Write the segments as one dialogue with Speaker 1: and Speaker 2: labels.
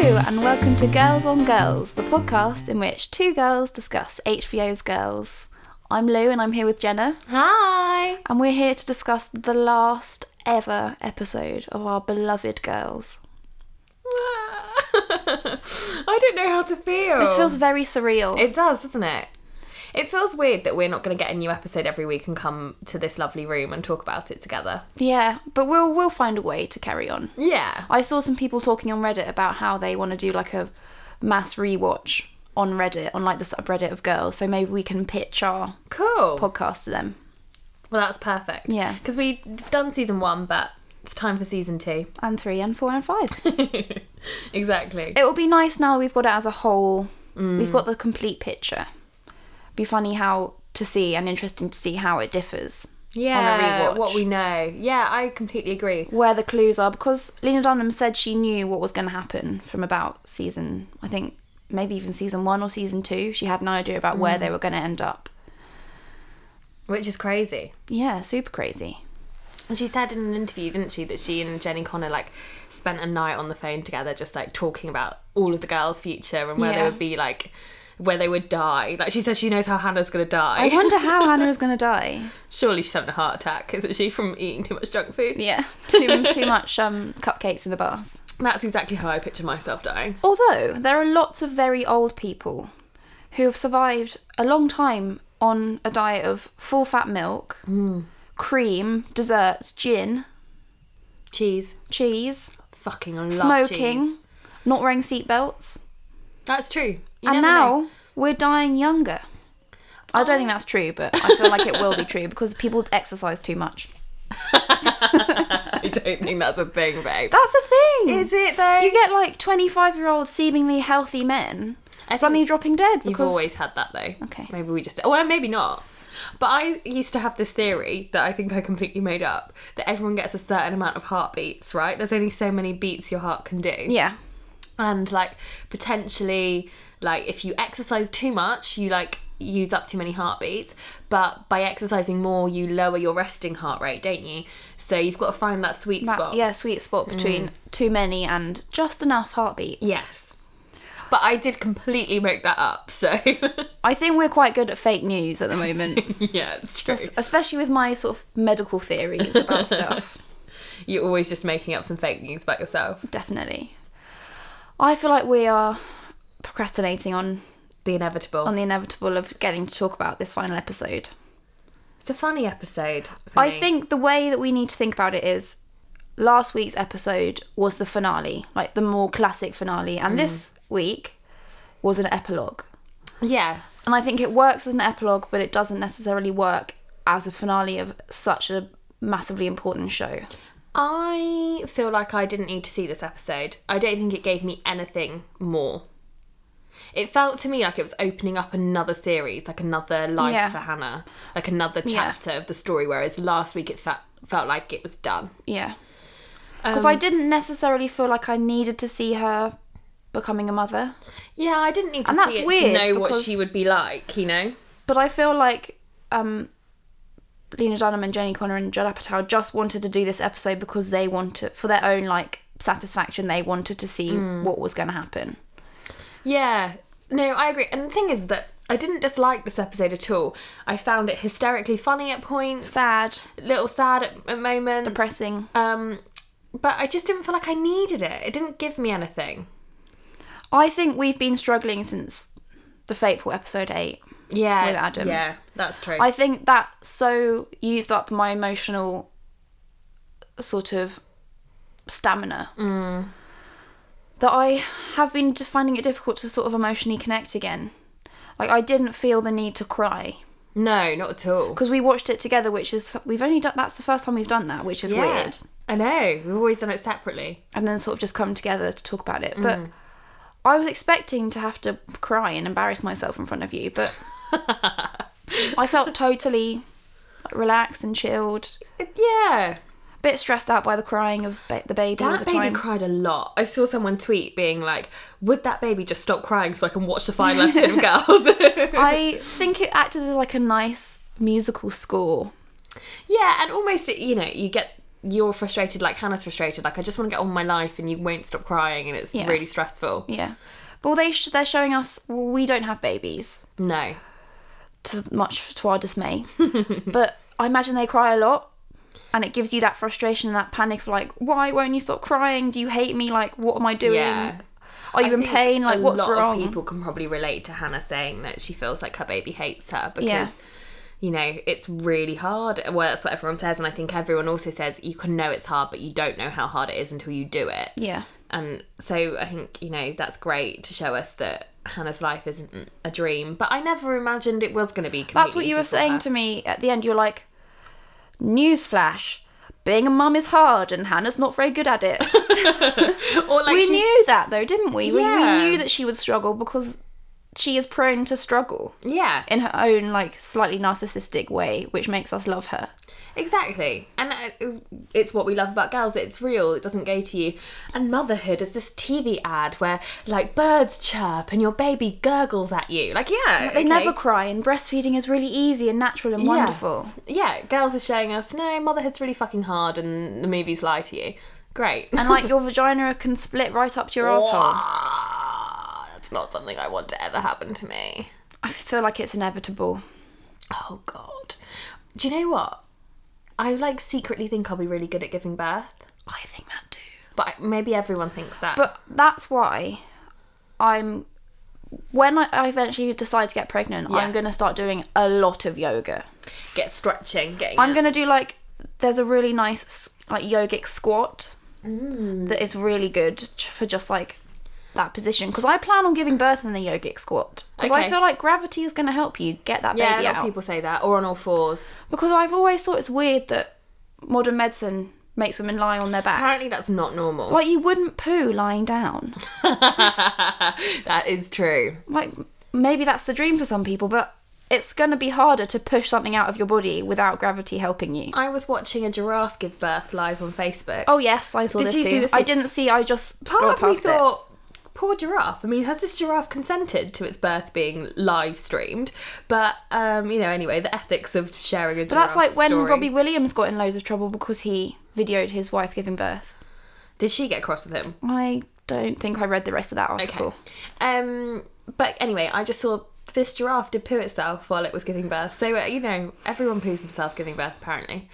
Speaker 1: welcome to Girls on Girls, the podcast in which two girls discuss HBO's Girls. I'm Lou and I'm here with Jenna,
Speaker 2: Hi.
Speaker 1: and we're here to discuss the last ever episode of our beloved Girls.
Speaker 2: I don't know how to feel.
Speaker 1: This feels very surreal.
Speaker 2: It does, doesn't it? It feels weird that we're not going to get a new episode every week and come to this lovely room and talk about it together.
Speaker 1: yeah, but we'll we'll find a way to carry on.
Speaker 2: Yeah.
Speaker 1: I saw some people talking on Reddit about how they want to do like a mass rewatch on Reddit, on like the subreddit of girls, so maybe we can pitch our
Speaker 2: Cool.
Speaker 1: podcast to them.
Speaker 2: well, that's perfect.
Speaker 1: Yeah.
Speaker 2: Because we've done season one, but it's time for season two.
Speaker 1: And three and four and five.
Speaker 2: exactly.
Speaker 1: it will be nice now we've got it as a whole. We've got the complete picture. Be funny how to see and interesting to see how it differs.
Speaker 2: yeah.
Speaker 1: rewatch.
Speaker 2: What we know. Yeah, I completely agree.
Speaker 1: Where the clues are, because Lena Dunham said she knew what was going to happen from about season, I think maybe even season one or season two. She had an idea about where they were going to end up.
Speaker 2: Which is crazy.
Speaker 1: Yeah, super crazy.
Speaker 2: And She said in an interview, didn't she, that she and Jenny Connor like spent a night on the phone together, just like talking about all of the girls' future and where
Speaker 1: Yeah.
Speaker 2: they would be like, where they would die. Like she said, she knows how Hannah's gonna
Speaker 1: I
Speaker 2: die.
Speaker 1: wonder how Hannah is going to die.
Speaker 2: Surely she's having a heart attack, isn't she, from eating too much junk food?
Speaker 1: Yeah, too, too much um, cupcakes in the bath.
Speaker 2: That's exactly how I picture myself dying.
Speaker 1: Although there are lots of very old people who have survived a long time on a diet of full fat milk,
Speaker 2: Hmm.
Speaker 1: cream, desserts, gin,
Speaker 2: Cheese,
Speaker 1: cheese,
Speaker 2: fucking I love
Speaker 1: smoking,
Speaker 2: cheese.
Speaker 1: not wearing seatbelts,
Speaker 2: That's true. You
Speaker 1: and
Speaker 2: never
Speaker 1: now
Speaker 2: know. Oh.
Speaker 1: we're dying younger. I don't think that's true, but I feel like it will be true because people exercise too much.
Speaker 2: I don't think that's a thing, babe.
Speaker 1: That's a thing.
Speaker 2: Is it though?
Speaker 1: You get like 25 year old seemingly healthy men
Speaker 2: think
Speaker 1: suddenly dropping dead
Speaker 2: You've
Speaker 1: because
Speaker 2: always had that though.
Speaker 1: Okay.
Speaker 2: Maybe we just, well, maybe not. But I used to have this theory that I think I completely made up that everyone gets a certain amount of heartbeats, right? There's only so many beats your heart can do.
Speaker 1: yeah.
Speaker 2: And like potentially, like if you exercise too much, you like use up too many heartbeats. But by exercising more, you lower your resting heart rate, don't you? So you've got to find that sweet
Speaker 1: That-
Speaker 2: spot. Mm.
Speaker 1: yeah, sweet spot between too many and just enough heartbeats.
Speaker 2: Yes. But I did completely make that up. So
Speaker 1: I think we're quite good at fake news at the moment,
Speaker 2: yeah, it's true.
Speaker 1: es- especially with my sort of medical theories about stuff.
Speaker 2: You're always just making up some fake news about yourself.
Speaker 1: Definitely. I feel like we are procrastinating on,
Speaker 2: The inevitable.
Speaker 1: on the inevitable of getting to talk about this final episode.
Speaker 2: it's a funny episode. for
Speaker 1: I
Speaker 2: me.
Speaker 1: think the way that we need to think about it is last week's episode was the finale, like the more classic finale,
Speaker 2: Mm.
Speaker 1: and this week was an epilogue.
Speaker 2: Yes.
Speaker 1: And I think it works as an epilogue, but it doesn't necessarily work as a finale of such a massively important show.
Speaker 2: I feel like I didn't need to see this episode. I don't think it gave me anything more. It felt to me like it was opening up another series, like another life
Speaker 1: Yeah.
Speaker 2: for Hannah, like another chapter of the story. Whereas last week it felt felt like it was done.
Speaker 1: Yeah. Because
Speaker 2: Um,
Speaker 1: I didn't necessarily feel like I needed to see her becoming a mother,
Speaker 2: Yeah, I didn't need to
Speaker 1: And that's
Speaker 2: see it
Speaker 1: weird,
Speaker 2: to know what
Speaker 1: because-
Speaker 2: she would be like. You know.
Speaker 1: but I feel like um, Lena Dunham and Jenny Connor and Judd Apatow just wanted to do this episode because they wanted, for their own like satisfaction, they wanted to see what was going to happen.
Speaker 2: Yeah. No, I agree. And the thing is that I didn't dislike this episode at all. I found it hysterically funny at points,
Speaker 1: Sad,
Speaker 2: a little sad at, at moments.
Speaker 1: depressing.
Speaker 2: um, but I just didn't feel like I needed it. It didn't give me anything.
Speaker 1: I think we've been struggling since the fateful episode eight.
Speaker 2: Yeah.
Speaker 1: With Adam.
Speaker 2: Yeah, that's true.
Speaker 1: I think that so used up my emotional sort of stamina that I have been d- finding it difficult to sort of emotionally connect again. Like I didn't feel the need to cry
Speaker 2: no, not at all.
Speaker 1: because we watched it together, which is we've only done that's the first time we've done that, which is
Speaker 2: Yeah.
Speaker 1: weird.
Speaker 2: I know. We've always done it separately.
Speaker 1: And then sort of just come together to talk about it. But I was expecting to have to cry and embarrass myself in front of you, but I felt totally like, relaxed and chilled.
Speaker 2: Uh, Yeah.
Speaker 1: bit stressed out by the crying of ba- the baby all
Speaker 2: That
Speaker 1: the
Speaker 2: baby
Speaker 1: time.
Speaker 2: cried a lot. I saw someone tweet being like, would that baby just stop crying so I can watch the final episode of Girls?
Speaker 1: I think it acted as like a nice musical score.
Speaker 2: Yeah, and almost you know you get you're frustrated like Hannah's frustrated like I just want to get on with my life and you won't stop crying and it's
Speaker 1: Yeah.
Speaker 2: really stressful.
Speaker 1: Yeah. Well, they sh- they're showing us well, we don't have babies,
Speaker 2: No.
Speaker 1: to much to our dismay. but I imagine they cry a lot, and it gives you that frustration and that panic of like, why won't you stop crying? Do you hate me? Like, what am I doing?
Speaker 2: Yeah.
Speaker 1: Are you in
Speaker 2: think
Speaker 1: pain? Like,
Speaker 2: a
Speaker 1: what's
Speaker 2: lot
Speaker 1: wrong?
Speaker 2: Of people can probably relate to Hannah saying that she feels like her baby hates her because.
Speaker 1: Yeah.
Speaker 2: You know, it's really hard. Well, that's what everyone says, and I think everyone also says you can know it's hard, but you don't know how hard it is until you do it.
Speaker 1: Yeah.
Speaker 2: And so I think you know that's great to show us that Hannah's life isn't a dream. But I never imagined it was going to be.
Speaker 1: That's what you were saying to me at the end. You were like, newsflash, being a mum is hard and Hannah's not very good at it.
Speaker 2: or like
Speaker 1: we
Speaker 2: she's-
Speaker 1: knew that though, didn't we? we?
Speaker 2: Yeah.
Speaker 1: We knew that she would struggle because she is prone to struggle
Speaker 2: yeah,
Speaker 1: in her own, like, slightly narcissistic way, which makes us love her.
Speaker 2: Exactly. And uh, it's what we love about girls. It's real. It doesn't go to you. And motherhood is this TV ad where like birds chirp and your baby gurgles at you. Like yeah,
Speaker 1: They never cry, and breastfeeding is really easy and natural and wonderful.
Speaker 2: Yeah, girls are showing us no motherhood's really fucking hard and the movies lie to you. Great.
Speaker 1: And, like, your vagina can split right up to your asshole.
Speaker 2: Ah, That's not something I want to ever happen to me.
Speaker 1: I feel like it's inevitable.
Speaker 2: Oh god. Do you know what? I like secretly think I'll be really good at giving birth,
Speaker 1: I think that too.
Speaker 2: but I- maybe everyone thinks that.
Speaker 1: But that's why I'm when I- I eventually decide to get pregnant, I'm going to start doing a lot of yoga.
Speaker 2: get stretching, getting
Speaker 1: I'm going to do like there's a really nice s- like yogic squat
Speaker 2: Mm.
Speaker 1: that is really good j- for just like that position because I plan on giving birth in the yogic squat because I
Speaker 2: Okay.
Speaker 1: feel like gravity is going to help you get that
Speaker 2: Yeah, a
Speaker 1: baby
Speaker 2: lot
Speaker 1: out.
Speaker 2: of people say that, or on all fours.
Speaker 1: Because I've always thought it's weird that modern medicine makes women lie on their backs.
Speaker 2: Apparently, that's not normal.
Speaker 1: like you wouldn't poo lying down.
Speaker 2: that is true.
Speaker 1: like maybe that's the dream for some people, but it's going to be harder to push something out of your body without gravity helping you.
Speaker 2: I was watching a giraffe give birth live on Facebook.
Speaker 1: Oh yes, I saw
Speaker 2: Did
Speaker 1: this
Speaker 2: you
Speaker 1: too.
Speaker 2: see this
Speaker 1: I
Speaker 2: too?
Speaker 1: didn't see. I just
Speaker 2: part
Speaker 1: scrolled
Speaker 2: of me
Speaker 1: past it.
Speaker 2: thought, poor giraffe. I mean, has this giraffe consented to its birth being live streamed? But um, you know, anyway, the ethics of sharing a
Speaker 1: But that's like when Robbie Williams got in loads of trouble because he videoed his wife giving birth.
Speaker 2: did she get cross with him?
Speaker 1: I don't think I read the rest of that
Speaker 2: Okay.
Speaker 1: article.
Speaker 2: Um, but anyway, I just saw this giraffe did poo itself while it was giving birth. So uh, you know, everyone poos themselves giving birth apparently.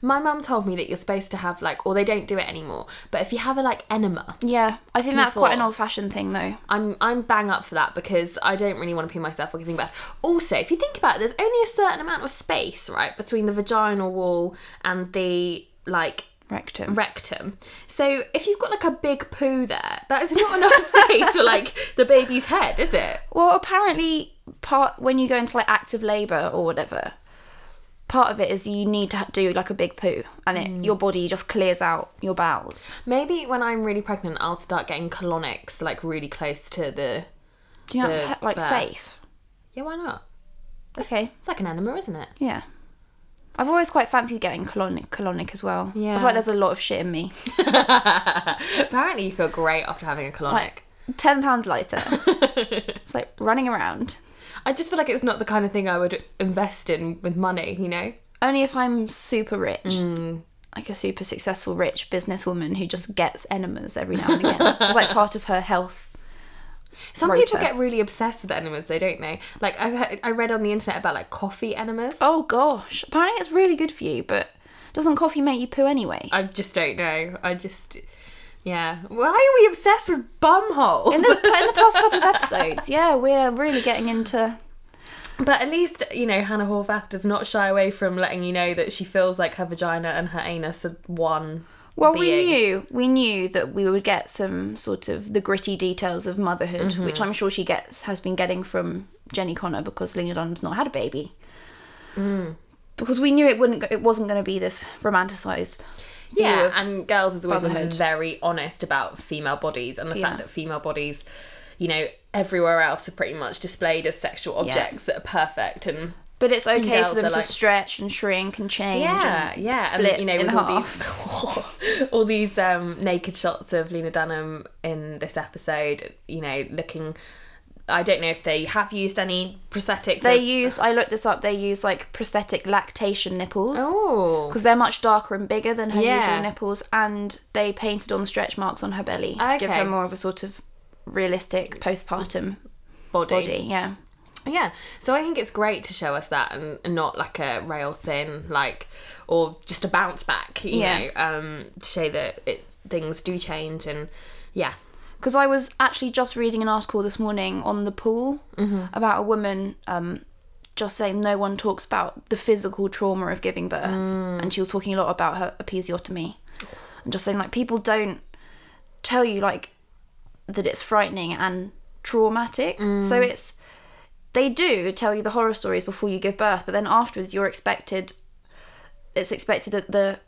Speaker 2: My mum told me that you're supposed to have like, or they don't do it anymore. But if you have a like enema,
Speaker 1: Yeah, I think that's quite an
Speaker 2: thought-
Speaker 1: old-fashioned thing though.
Speaker 2: I'm I'm bang up for that because I don't really want to poo myself while giving birth. Also, if you think about it, there's only a certain amount of space right between the vaginal wall and the like
Speaker 1: Rectum.
Speaker 2: rectum. So if you've got like a big poo there, that is not enough space for like the baby's head, is it?
Speaker 1: Well, apparently, part when you go into like active labour or whatever, part of it is you need to ha- do like a big poo, and
Speaker 2: Mm.
Speaker 1: it your body just clears out your bowels.
Speaker 2: Maybe when I'm really pregnant, I'll start getting colonics like really close to the.
Speaker 1: Do you know
Speaker 2: the
Speaker 1: that's like
Speaker 2: birth.
Speaker 1: safe?
Speaker 2: Yeah, why not?
Speaker 1: Okay,
Speaker 2: It's like an enema, isn't it?
Speaker 1: yeah. I've always quite fancied getting colonic, colonic as well. I
Speaker 2: Yeah.
Speaker 1: feel like there's a lot of shit in me.
Speaker 2: Apparently, you feel great after having a colonic.
Speaker 1: Like ten pounds lighter. it's like running around.
Speaker 2: I just feel like it's not the kind of thing I would invest in with money, you know?
Speaker 1: Only if I'm super rich, like a super successful rich businesswoman who just gets enemas every now and again. it's like part of her health.
Speaker 2: Some
Speaker 1: Rota.
Speaker 2: people get really obsessed with enemas, they don't they? Like, I've heard, I read on the internet about like coffee enemas.
Speaker 1: Oh gosh, apparently it's really good for you, but doesn't coffee make you poo anyway?
Speaker 2: I just don't know. I just. Yeah. Why are we obsessed with bum holes?
Speaker 1: In, this, in the past couple of episodes, yeah, we're really getting into
Speaker 2: But at least, you know, Hannah Horvath does not shy away from letting you know that she feels like her vagina and her anus are one.
Speaker 1: Well, we
Speaker 2: being.
Speaker 1: knew we knew that we would get some sort of the gritty details of motherhood,
Speaker 2: Mm-hmm.
Speaker 1: which I'm sure she gets has been getting from Jenny Connor because Lena Dunham's not had a baby.
Speaker 2: Mm.
Speaker 1: Because we knew it wouldn't, go- it wasn't going to be this romanticized. view
Speaker 2: Yeah,
Speaker 1: of-
Speaker 2: and girls has always been
Speaker 1: motherhood.
Speaker 2: very honest about female bodies and the
Speaker 1: Yeah.
Speaker 2: fact that female bodies, you know, everywhere else are pretty much displayed as sexual objects that are perfect and
Speaker 1: but it's okay for
Speaker 2: girls
Speaker 1: them
Speaker 2: are
Speaker 1: to
Speaker 2: like-
Speaker 1: stretch and shrink and change.
Speaker 2: yeah,
Speaker 1: and
Speaker 2: yeah,
Speaker 1: split
Speaker 2: and you know,
Speaker 1: in
Speaker 2: with all
Speaker 1: half.
Speaker 2: these all these um, naked shots of Lena Dunham in this episode, you know, looking I don't know if they have used any prosthetics.
Speaker 1: They use, I looked this up, they use like prosthetic lactation nipples.
Speaker 2: oh,
Speaker 1: Because they're much darker and bigger than her
Speaker 2: Yeah.
Speaker 1: usual nipples, and they painted on stretch marks on her belly to give
Speaker 2: Okay.
Speaker 1: her more of a sort of realistic postpartum
Speaker 2: body.
Speaker 1: body. Yeah.
Speaker 2: Yeah, so I think it's great to show us that and, and not like a rail thin, like, or just a bounce back, you
Speaker 1: Yeah.
Speaker 2: know, um, to show that it, things do change and yeah.
Speaker 1: because I was actually just reading an article this morning on the pool about a woman um, just saying no one talks about the physical trauma of giving birth, and she was talking a lot about her episiotomy, and just saying like people don't tell you like that it's frightening and traumatic, so it's they do tell you the horror stories before you give birth, but then afterwards you're expected. It's expected that the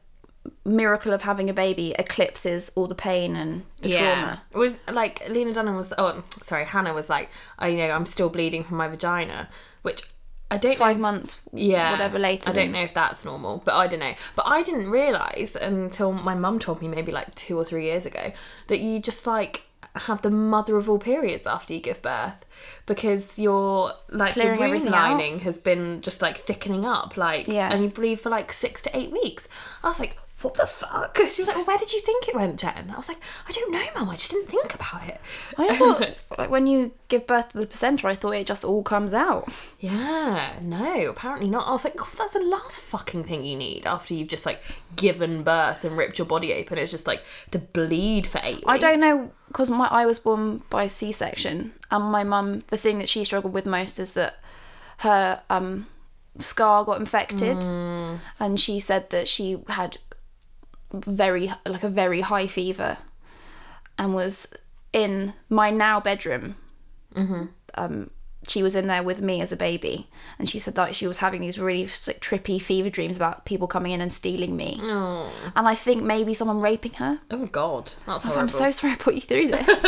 Speaker 1: miracle of having a baby eclipses all the pain and the trauma.
Speaker 2: It was like Lena Dunham was oh sorry, Hannah was like, I you know, I'm still bleeding from my vagina which I don't know
Speaker 1: five months,
Speaker 2: yeah,
Speaker 1: whatever later.
Speaker 2: I
Speaker 1: than-
Speaker 2: don't know if that's normal, but I don't know. But I didn't realise until my mum told me maybe like two or three years ago that you just like have the mother of all periods after you give birth because your like your
Speaker 1: Clearing
Speaker 2: womb
Speaker 1: everything out.
Speaker 2: lining has been just like thickening up, like
Speaker 1: Yeah.
Speaker 2: and you bleed for like six to eight weeks. I was like. What the fuck? She was like, well, where did you think it went, Jen? I was like, I don't know, Mum. I just didn't think about it.
Speaker 1: I just thought, like, when you give birth to the placenta, I thought it just all comes out.
Speaker 2: Yeah, no, apparently not. I was like, God, that's the last fucking thing you need after you've just like given birth and ripped your body open. It's just like to bleed for eight.
Speaker 1: I don't know because my I was born by C-section, and my mum, the thing that she struggled with most is that her um, scar got infected, and she said that she had very like a very high fever, and was in my now bedroom. Um, she was in there with me as a baby, and she said that she was having these really like, trippy fever dreams about people coming in and stealing me, and I think maybe someone raping her.
Speaker 2: Oh God, that's
Speaker 1: So I'm
Speaker 2: horrible.
Speaker 1: so sorry I put you through this.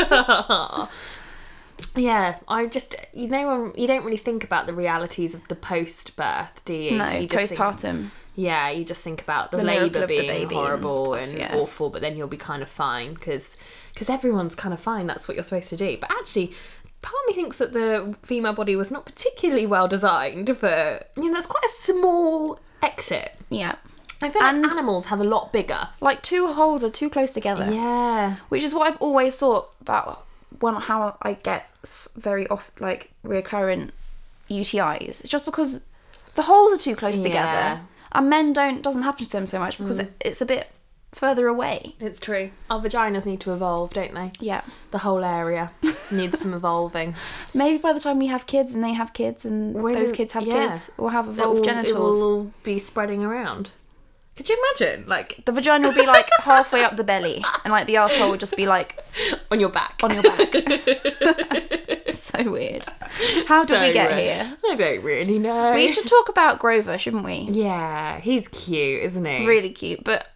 Speaker 2: yeah, I just you know um, you don't really think about the realities of the post birth, do you?
Speaker 1: no,
Speaker 2: you just think,
Speaker 1: postpartum.
Speaker 2: yeah, you just think about the,
Speaker 1: The miracle
Speaker 2: labour
Speaker 1: of the
Speaker 2: being
Speaker 1: baby and
Speaker 2: horrible
Speaker 1: stuff,
Speaker 2: and,
Speaker 1: yeah.
Speaker 2: awful, but then you'll be kind of fine because because everyone's kind of fine. That's what you're supposed to do. But actually, part of me thinks that the female body was not particularly well designed for. You know, that's quite a small exit.
Speaker 1: Yeah.
Speaker 2: I feel
Speaker 1: And-
Speaker 2: like animals have a lot bigger.
Speaker 1: Like two holes are too close together,
Speaker 2: Yeah.
Speaker 1: which is what I've always thought about when how I get s- very off like recurrent UTIs. It's just because the holes are too close
Speaker 2: Yeah. Mm.
Speaker 1: together, and men don't doesn't happen to them so much because it, it's a bit further away.
Speaker 2: It's true. Our vaginas need to evolve, don't they?
Speaker 1: Yeah.
Speaker 2: The whole area needs some evolving.
Speaker 1: Maybe by the time we have kids and they have kids and
Speaker 2: When-
Speaker 1: those kids have
Speaker 2: yeah.
Speaker 1: kids, we'll have
Speaker 2: It
Speaker 1: evolved
Speaker 2: will, it
Speaker 1: genitals.
Speaker 2: will all be spreading around. Could you imagine? Like
Speaker 1: The vagina will be like halfway up the belly, and like the asshole will just be like
Speaker 2: on your back.
Speaker 1: on your back. so weird. How did we
Speaker 2: So,
Speaker 1: get
Speaker 2: uh,
Speaker 1: here?
Speaker 2: I don't really know.
Speaker 1: We should talk about Grover, shouldn't we?
Speaker 2: Yeah, he's cute, isn't he?
Speaker 1: Really cute, but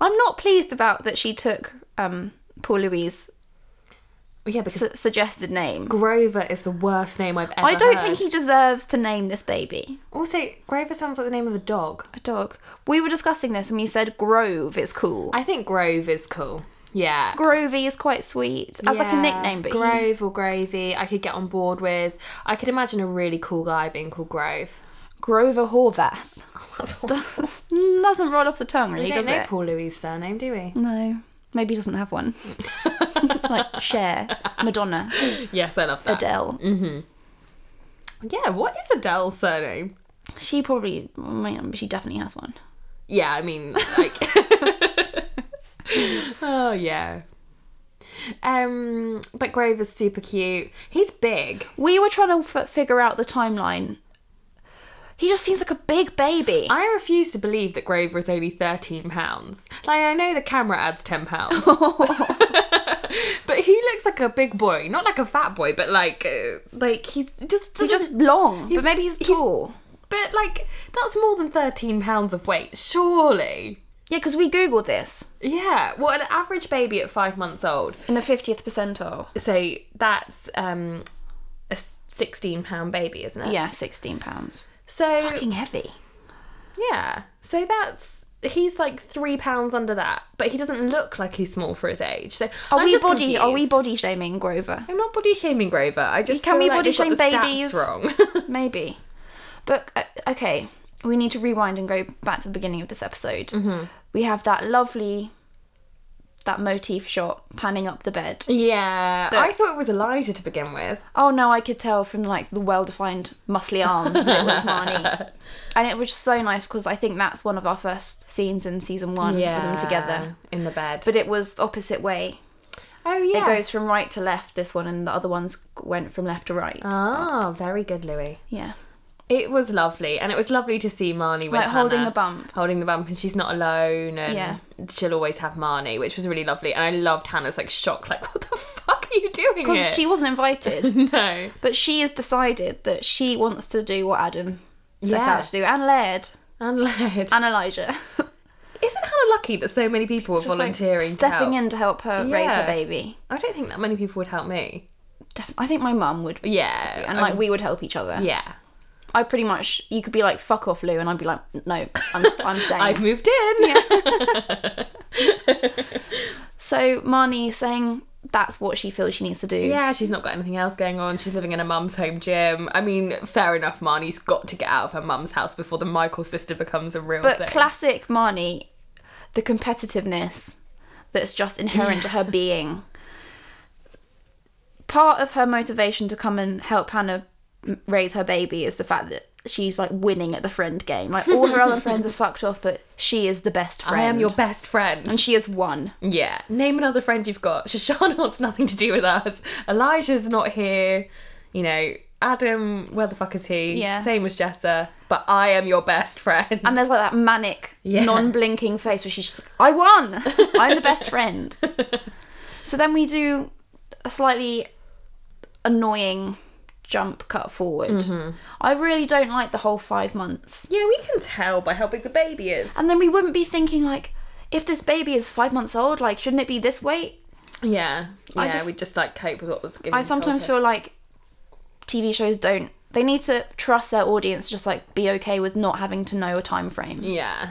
Speaker 1: I'm not pleased about that she took um, Paul Louis'
Speaker 2: Yeah, because
Speaker 1: su- suggested name.
Speaker 2: Grover is the worst name I've ever.
Speaker 1: I don't
Speaker 2: heard.
Speaker 1: think he deserves to name this baby
Speaker 2: Also, Grover sounds like the name of a dog.
Speaker 1: a dog. We were discussing this and we said Grove is cool.
Speaker 2: I think Grove is cool. Yeah.
Speaker 1: Grovey is quite sweet as like a
Speaker 2: Yeah,
Speaker 1: nickname, but he,
Speaker 2: Grove or Gravy, I could get on board with. I could imagine a really cool guy being called Grove.
Speaker 1: Grover Horvath
Speaker 2: That's all.
Speaker 1: doesn't roll off the tongue really,
Speaker 2: We don't
Speaker 1: does
Speaker 2: know
Speaker 1: it?
Speaker 2: Paul Louis' surname, do we?
Speaker 1: No, maybe he doesn't have one. like Cher, Madonna,
Speaker 2: Yes, I love that.
Speaker 1: Adele.
Speaker 2: Yeah, what is Adele's surname?
Speaker 1: She probably, well, may- she definitely has one.
Speaker 2: Yeah, I mean, like, oh yeah. Um, but Grover's super cute. He's big.
Speaker 1: We were trying to f- figure out the timeline. He just seems like a big baby.
Speaker 2: I refuse to believe that Grover is only thirteen pounds. Like, I know the camera adds ten pounds, but he looks like a big boy, not like a fat boy, but like, uh, like he's just
Speaker 1: He's
Speaker 2: doesn't.
Speaker 1: just long,
Speaker 2: he's-
Speaker 1: but maybe he's,
Speaker 2: he's-
Speaker 1: tall.
Speaker 2: but like, that's more than thirteen pounds of weight, surely.
Speaker 1: Yeah, because we googled this
Speaker 2: Yeah. Well, an average baby at five months old
Speaker 1: in the fiftieth percentile.
Speaker 2: so that's um a 16 pound baby isn't it
Speaker 1: Yeah, sixteen pounds.
Speaker 2: so
Speaker 1: Fucking heavy.
Speaker 2: yeah so that's he's like three pounds under that, but he doesn't look like he's small for his age. So
Speaker 1: Are
Speaker 2: I'm
Speaker 1: we
Speaker 2: just
Speaker 1: body are we
Speaker 2: confused.
Speaker 1: body shaming Grover?
Speaker 2: I'm not body shaming Grover. I just
Speaker 1: Can
Speaker 2: feel
Speaker 1: we
Speaker 2: like
Speaker 1: body
Speaker 2: they've got
Speaker 1: shame
Speaker 2: the stats
Speaker 1: babies?
Speaker 2: Wrong.
Speaker 1: Maybe. But uh, okay, we need to rewind and go back to the beginning of this episode. We have that lovely that motif shot panning up the bed.
Speaker 2: yeah,
Speaker 1: That-
Speaker 2: I thought it was Elijah to begin with.
Speaker 1: Oh no, I could tell from like the well-defined muscly arms that it was Marnie. And it was just so nice because I think that's one of our first scenes in season 1 with them together.
Speaker 2: in the bed.
Speaker 1: But it was the opposite way.
Speaker 2: oh yeah,
Speaker 1: It goes from right to left, this one, and the other ones went from left to right.
Speaker 2: Ah, very good, Louis.
Speaker 1: yeah.
Speaker 2: It was lovely, and it was lovely to see Marnie with
Speaker 1: Like holding
Speaker 2: Hannah,
Speaker 1: the bump.
Speaker 2: holding the bump, and she's not alone, and
Speaker 1: Yeah.
Speaker 2: she'll always have Marnie, which was really lovely. And I loved Hannah's like shock, like what the fuck are you doing? here?"
Speaker 1: Because she wasn't invited,
Speaker 2: no,
Speaker 1: but she has decided that she wants to do what Adam set
Speaker 2: Yeah.
Speaker 1: out to do, and Laird,
Speaker 2: and Laird.
Speaker 1: and Elijah.
Speaker 2: Isn't Hannah lucky that so many people are
Speaker 1: Just, like,
Speaker 2: volunteering? to
Speaker 1: stepping
Speaker 2: help?
Speaker 1: in to help her raise her
Speaker 2: Yeah.
Speaker 1: baby.
Speaker 2: I don't think that many people would help me.
Speaker 1: Def- I think my mum would, be,
Speaker 2: Yeah,
Speaker 1: and
Speaker 2: I-
Speaker 1: like we would help each other.
Speaker 2: yeah.
Speaker 1: I pretty much, you could be like, "Fuck off, Lou," and I'd be like, "No, I'm, st- I'm staying."
Speaker 2: I've moved in.
Speaker 1: So Marnie is saying that's what she feels she needs to do.
Speaker 2: Yeah, she's not got anything else going on. She's living in her mum's home gym. I mean, fair enough, Marnie's got to get out of her mum's house before the Michael sister becomes a real
Speaker 1: But
Speaker 2: thing.
Speaker 1: classic Marnie, the competitiveness that's just inherent to her being. Part of her motivation to come and help Hannah m- raise her baby is the fact that she's like winning at the friend game. Like all her other friends are fucked off, but she is the best friend.
Speaker 2: I am your best friend.
Speaker 1: and she has won.
Speaker 2: Yeah. Name another friend you've got. Shoshana wants nothing to do with us. Elijah's not here. You know, Adam, where the fuck is he?
Speaker 1: Yeah.
Speaker 2: Same as Jessa. But I am your best friend.
Speaker 1: And there's like that manic,
Speaker 2: Yeah.
Speaker 1: non-blinking face where she's just, like, I won. I'm the best friend. So then we do a slightly annoying jump cut forward.
Speaker 2: Mm-hmm.
Speaker 1: I really don't like the whole five months.
Speaker 2: yeah, we can tell by how big the baby is.
Speaker 1: And then we wouldn't be thinking like, if this baby is five months old, like shouldn't it be this weight?
Speaker 2: Yeah.
Speaker 1: I
Speaker 2: Yeah,
Speaker 1: just-
Speaker 2: we just like cope with what was given.
Speaker 1: I sometimes feel like TV shows don't. They need to trust their audience to just like be okay with not having to know a time frame
Speaker 2: Yeah.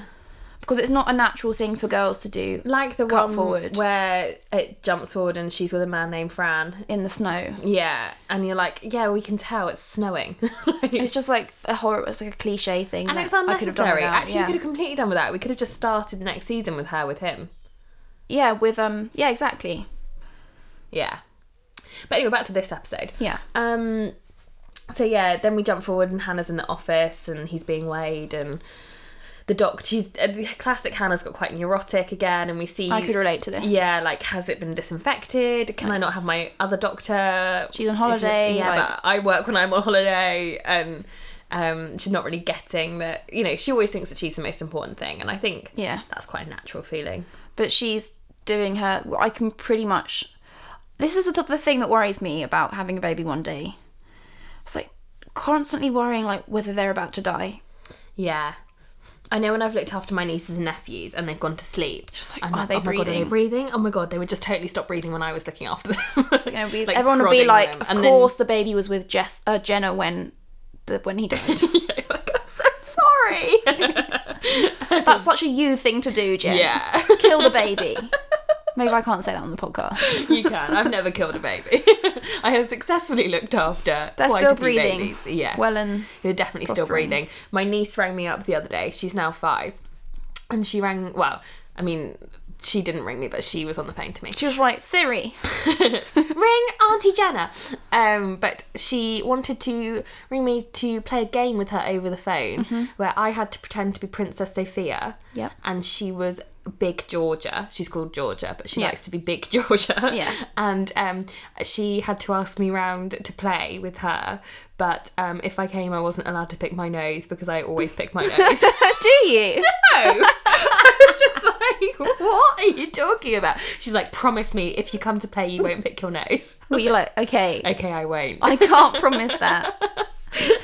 Speaker 1: because it's not a natural thing for girls to do
Speaker 2: Like the
Speaker 1: Cut
Speaker 2: one
Speaker 1: forward.
Speaker 2: where it jumps forward and she's with a man named Fran
Speaker 1: in the snow.
Speaker 2: Yeah, and you're like, yeah, we can tell it's snowing. Like-
Speaker 1: It's just like a horror. It's like a cliche thing.
Speaker 2: and
Speaker 1: that
Speaker 2: it's
Speaker 1: I could have done
Speaker 2: unnecessary.
Speaker 1: without,
Speaker 2: Actually,
Speaker 1: yeah.
Speaker 2: we could have completely done without. We could have just started next season with her with him.
Speaker 1: yeah, with um, yeah, exactly.
Speaker 2: Yeah. But anyway, back to this episode.
Speaker 1: Yeah.
Speaker 2: Um. So yeah, then we jump forward and Hannah's in the office and he's being weighed and the doc. She's uh, classic. Hannah's got quite neurotic again, and we see.
Speaker 1: I could relate to this.
Speaker 2: yeah, like has it been disinfected? Can I not have my other doctor?
Speaker 1: She's on holiday,
Speaker 2: yeah,
Speaker 1: like-
Speaker 2: but I work when I'm on holiday, and um, she's not really getting that. You know, she always thinks that she's the most important thing, and I think
Speaker 1: Yeah.
Speaker 2: that's quite a natural feeling.
Speaker 1: but she's doing her. well, I can pretty much. This is the, the thing that worries me about having a baby one day. It's like constantly worrying like whether they're about to die.
Speaker 2: Yeah. I know when I've looked after my nieces and nephews and they've gone to sleep. Just
Speaker 1: like, are they
Speaker 2: oh My God, are they
Speaker 1: breathing?"
Speaker 2: breathing? Oh my god, they would just totally stop breathing when I was looking after them.
Speaker 1: You know, we- everyone would be
Speaker 2: prodding
Speaker 1: like,
Speaker 2: them.
Speaker 1: "Of
Speaker 2: And then-
Speaker 1: course, the baby was with Jess, uh, Jenna when, the, when he died."
Speaker 2: Yeah, like, I'm so sorry.
Speaker 1: That's such a you thing to do, Jen.
Speaker 2: yeah,
Speaker 1: Kill the baby. Maybe I can't say that on the podcast.
Speaker 2: you can. I've never killed a baby. I have successfully looked after.
Speaker 1: They're
Speaker 2: quite
Speaker 1: still
Speaker 2: a few
Speaker 1: breathing.
Speaker 2: Babies. Yes.
Speaker 1: Well and
Speaker 2: You're definitely still
Speaker 1: prospering.
Speaker 2: breathing. My niece rang me up the other day. She's now five, and she rang. Well, I mean, she didn't ring me, but she was on the phone to me.
Speaker 1: she was right, Siri.
Speaker 2: ring Auntie Jenna. Um, but she wanted to ring me to play a game with her over the phone where I had to pretend to be Princess Sophia.
Speaker 1: Mm-hmm. Yep.
Speaker 2: And she was Big Georgia. She's called Georgia, but she
Speaker 1: Yeah.
Speaker 2: likes to be Big Georgia.
Speaker 1: Yeah.
Speaker 2: And um, she had to ask me round to play with her. But um, if I came, I wasn't allowed to pick my nose because I always pick my nose.
Speaker 1: do you?
Speaker 2: no. I was just like, what are you talking about? She's like, promise me if you come to play, you won't pick your nose.
Speaker 1: Were you like, okay,
Speaker 2: Okay, I won't.
Speaker 1: I can't promise that.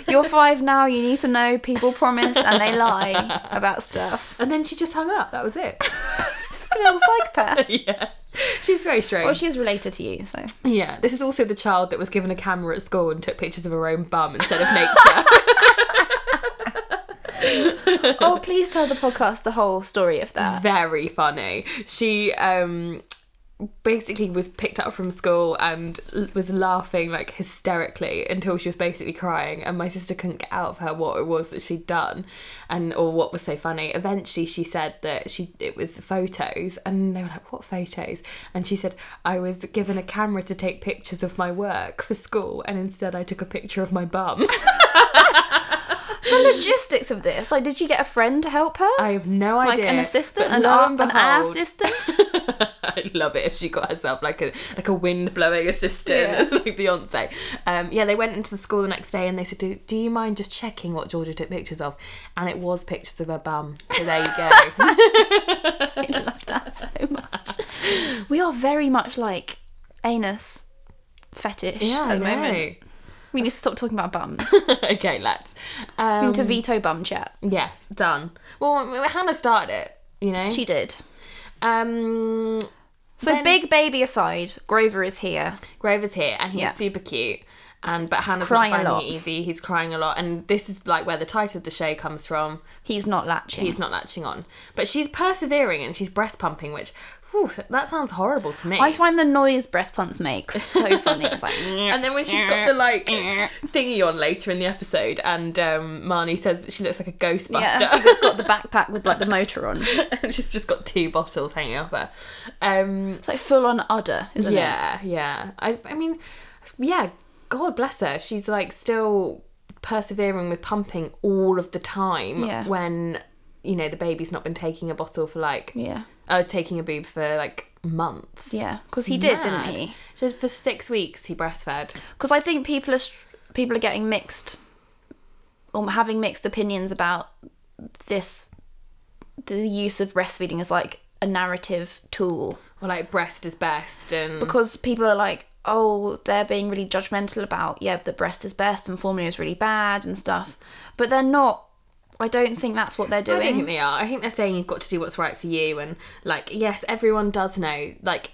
Speaker 1: You're five now, you need to know people promise and they lie about stuff.
Speaker 2: and then she just hung up. That was it.
Speaker 1: Fucking hell, psychopath.
Speaker 2: yeah. She's very strange.
Speaker 1: Well, she is related to you, so.
Speaker 2: yeah. This is also the child that was given a camera at school and took pictures of her own bum instead of nature.
Speaker 1: oh, please tell the podcast the whole story of that.
Speaker 2: very funny. She um basically was picked up from school and l- was laughing like hysterically until she was basically crying and my sister couldn't get out of her what it was that she'd done and or what was so funny eventually she said that she it was photos and they were like what photos and she said i was given a camera to take pictures of my work for school and instead i took a picture of my bum
Speaker 1: The logistics of this, like, did you get a friend to help her?
Speaker 2: i have no
Speaker 1: like
Speaker 2: idea
Speaker 1: an assistant,
Speaker 2: but
Speaker 1: an,
Speaker 2: lo
Speaker 1: ar-
Speaker 2: and
Speaker 1: an air
Speaker 2: behold-
Speaker 1: assistant?
Speaker 2: I'd love it if she got herself like a like a wind blowing assistant,
Speaker 1: Yeah.
Speaker 2: like Beyonce. Um, yeah, they went into the school the next day and they said, do, "Do you mind just checking what Georgia took pictures of?" And it was pictures of her bum. So there you go.
Speaker 1: I love that so much. We are very much like anus fetish
Speaker 2: yeah,
Speaker 1: at the moment. We need to stop talking about bums.
Speaker 2: okay, let's.
Speaker 1: We
Speaker 2: Um,
Speaker 1: need to veto bum chat.
Speaker 2: yes, done. Well, Hannah started it. You know.
Speaker 1: She did.
Speaker 2: um,
Speaker 1: So big baby aside, Grover is here.
Speaker 2: Grover's here and he's
Speaker 1: Yeah.
Speaker 2: super cute. And but Hannah's
Speaker 1: Crying a
Speaker 2: not
Speaker 1: lot.
Speaker 2: finding it easy. He's crying a lot, and this is like where the title of the show comes from.
Speaker 1: He's not latching.
Speaker 2: he's not latching on. But she's persevering and she's breast pumping, which whew, that sounds horrible to me.
Speaker 1: I find the noise breast pumps make so funny. It's like
Speaker 2: and then when she's got the like thingy on later in the episode, and um, Marnie says that she looks like a
Speaker 1: yeah,
Speaker 2: Ghostbuster,
Speaker 1: because it's got the backpack with like the motor on. It's
Speaker 2: and she's just got two bottles hanging off her. Um,
Speaker 1: like full on udder, isn't it?
Speaker 2: yeah, yeah. I, I mean, yeah. God bless her. She's like still persevering with pumping all of the time
Speaker 1: Yeah.
Speaker 2: when you know the baby's not been taking a bottle for like
Speaker 1: Yeah,
Speaker 2: uh, taking a boob for like months.
Speaker 1: yeah. Because he did, didn't
Speaker 2: Mad.
Speaker 1: he?
Speaker 2: So for six weeks he breastfed.
Speaker 1: Because I think people are str- people are getting mixed or having mixed opinions about this. The use of breastfeeding as like a narrative tool
Speaker 2: Or like breast is best and
Speaker 1: because people are like, oh, they're being really judgmental about yeah, the breast is best and formula is really bad and stuff, but they're not. I don't think that's what they're
Speaker 2: I
Speaker 1: doing.
Speaker 2: don't think they are. I think they're saying you've got to do what's right for you and like yes, everyone does know like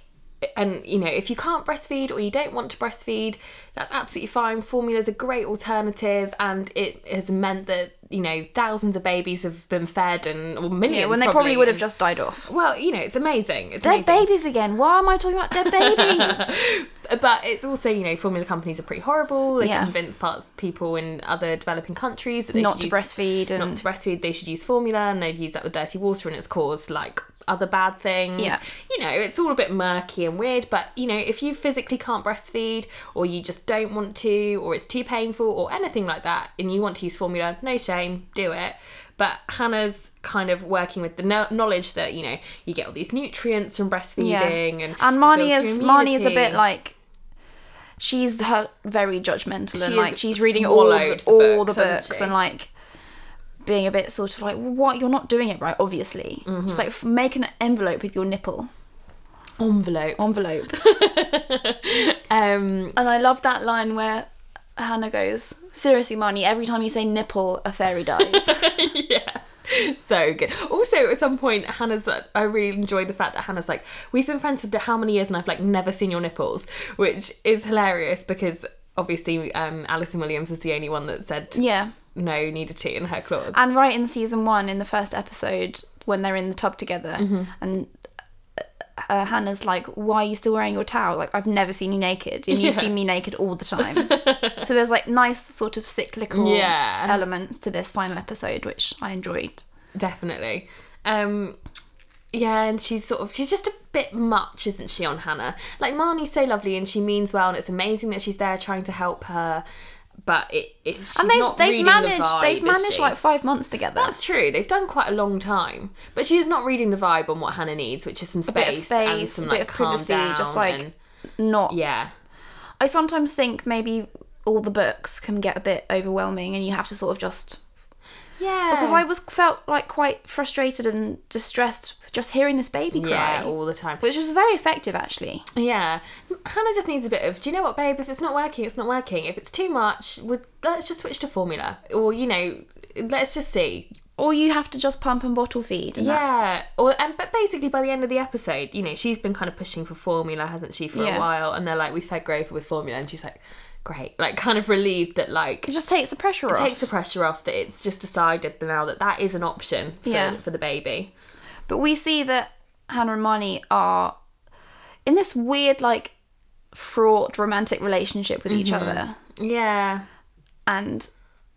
Speaker 2: and you know if you can't breastfeed or you don't want to breastfeed that's absolutely fine formula's a great alternative and it has meant that you know thousands of babies have been fed and or millions
Speaker 1: yeah, when they probably, would have
Speaker 2: and-
Speaker 1: just died off.
Speaker 2: well you know it's amazing it's
Speaker 1: Dead
Speaker 2: amazing.
Speaker 1: babies again. Why am I talking about dead babies?
Speaker 2: but it's also you know formula companies are pretty horrible they
Speaker 1: Yeah.
Speaker 2: convince parts people in other developing countries that they
Speaker 1: Not
Speaker 2: should
Speaker 1: to
Speaker 2: use-
Speaker 1: breastfeed and-
Speaker 2: not to breastfeed they should use formula and they've used that with dirty water and it's caused like other bad things
Speaker 1: Yeah.
Speaker 2: you know it's all a bit murky and weird but you know if you physically can't breastfeed or you just don't want to or it's too painful or anything like that and you want to use formula no shame do it but Hannah's kind of working with the kno- knowledge that you know you get all these nutrients from breastfeeding
Speaker 1: yeah.
Speaker 2: and it
Speaker 1: Marnie
Speaker 2: builds
Speaker 1: is
Speaker 2: your
Speaker 1: Marnie is a bit
Speaker 2: immunity.
Speaker 1: like. She's her, very judgmental and
Speaker 2: She
Speaker 1: like
Speaker 2: has
Speaker 1: she's reading all the,
Speaker 2: swallowed the
Speaker 1: all
Speaker 2: books,
Speaker 1: the
Speaker 2: hasn't
Speaker 1: books
Speaker 2: she?
Speaker 1: and like being a bit sort of like well, what you're not doing it right obviously.
Speaker 2: Mm-hmm.
Speaker 1: She's like f- make an envelope with your nipple
Speaker 2: envelope.
Speaker 1: envelope
Speaker 2: Um,
Speaker 1: And I love that line where Hannah goes, Seriously, Marnie, every time you say nipple, a fairy dies.
Speaker 2: yeah. So good. Also, at some point, Hannah's. uh, I really enjoyed the fact that Hannah's like, we've been friends for the- how many years, and I've like never seen your nipples, which is hilarious because obviously um, Alison Williams was the only one that said
Speaker 1: yeah.
Speaker 2: no nudity in her clause.
Speaker 1: And right in season one, in the first episode, when they're in the tub together,
Speaker 2: Mm-hmm.
Speaker 1: and uh, Hannah's like, Why are you still wearing your towel? Like, I've never seen you naked, and you've
Speaker 2: Yeah.
Speaker 1: seen me naked all the time. so there's like nice sort of cyclical
Speaker 2: Yeah.
Speaker 1: elements to this final episode, which I enjoyed.
Speaker 2: Definitely. Um, yeah, and she's sort of she's just a bit much, isn't she, on Hannah? Like Marnie's so lovely and she means well, and it's amazing that she's there trying to help her. But it, it she's
Speaker 1: And they've,
Speaker 2: not
Speaker 1: they've
Speaker 2: reading
Speaker 1: managed
Speaker 2: the vibe,
Speaker 1: they've
Speaker 2: is
Speaker 1: managed
Speaker 2: she?
Speaker 1: like five months together.
Speaker 2: That's true. They've done quite a long time, but she is not reading the vibe on what Hannah needs, which is some
Speaker 1: a
Speaker 2: space,
Speaker 1: bit of
Speaker 2: and
Speaker 1: space,
Speaker 2: some
Speaker 1: a
Speaker 2: like
Speaker 1: bit of
Speaker 2: calm
Speaker 1: privacy,
Speaker 2: down
Speaker 1: just like
Speaker 2: and-
Speaker 1: not
Speaker 2: yeah,
Speaker 1: I sometimes think maybe all the books can get a bit overwhelming and you have to sort of just
Speaker 2: yeah.
Speaker 1: because I was felt like quite frustrated and distressed just hearing this baby cry,
Speaker 2: yeah all the time.
Speaker 1: which was very effective actually.
Speaker 2: Yeah, Hannah just needs a bit of. Do you know what, babe? If it's not working, it's not working. If it's too much, would let's just switch to formula, or you know, let's just see.
Speaker 1: Or you have to just pump and bottle feed. And that's,
Speaker 2: Yeah, or and but basically by the end of the episode, you know, she's been kind of pushing for formula, hasn't she, for
Speaker 1: Yeah.
Speaker 2: a while? And they're like, we fed Grover with formula, and she's like, great. Like kind of relieved that like
Speaker 1: It just takes the pressure
Speaker 2: it
Speaker 1: off.
Speaker 2: takes the pressure off that it's just decided now that that is an option for,
Speaker 1: Yeah.
Speaker 2: for the baby.
Speaker 1: But we see that Hannah and Marnie are in this weird, like, fraught romantic relationship with each
Speaker 2: Mm-hmm.
Speaker 1: other.
Speaker 2: Yeah.
Speaker 1: And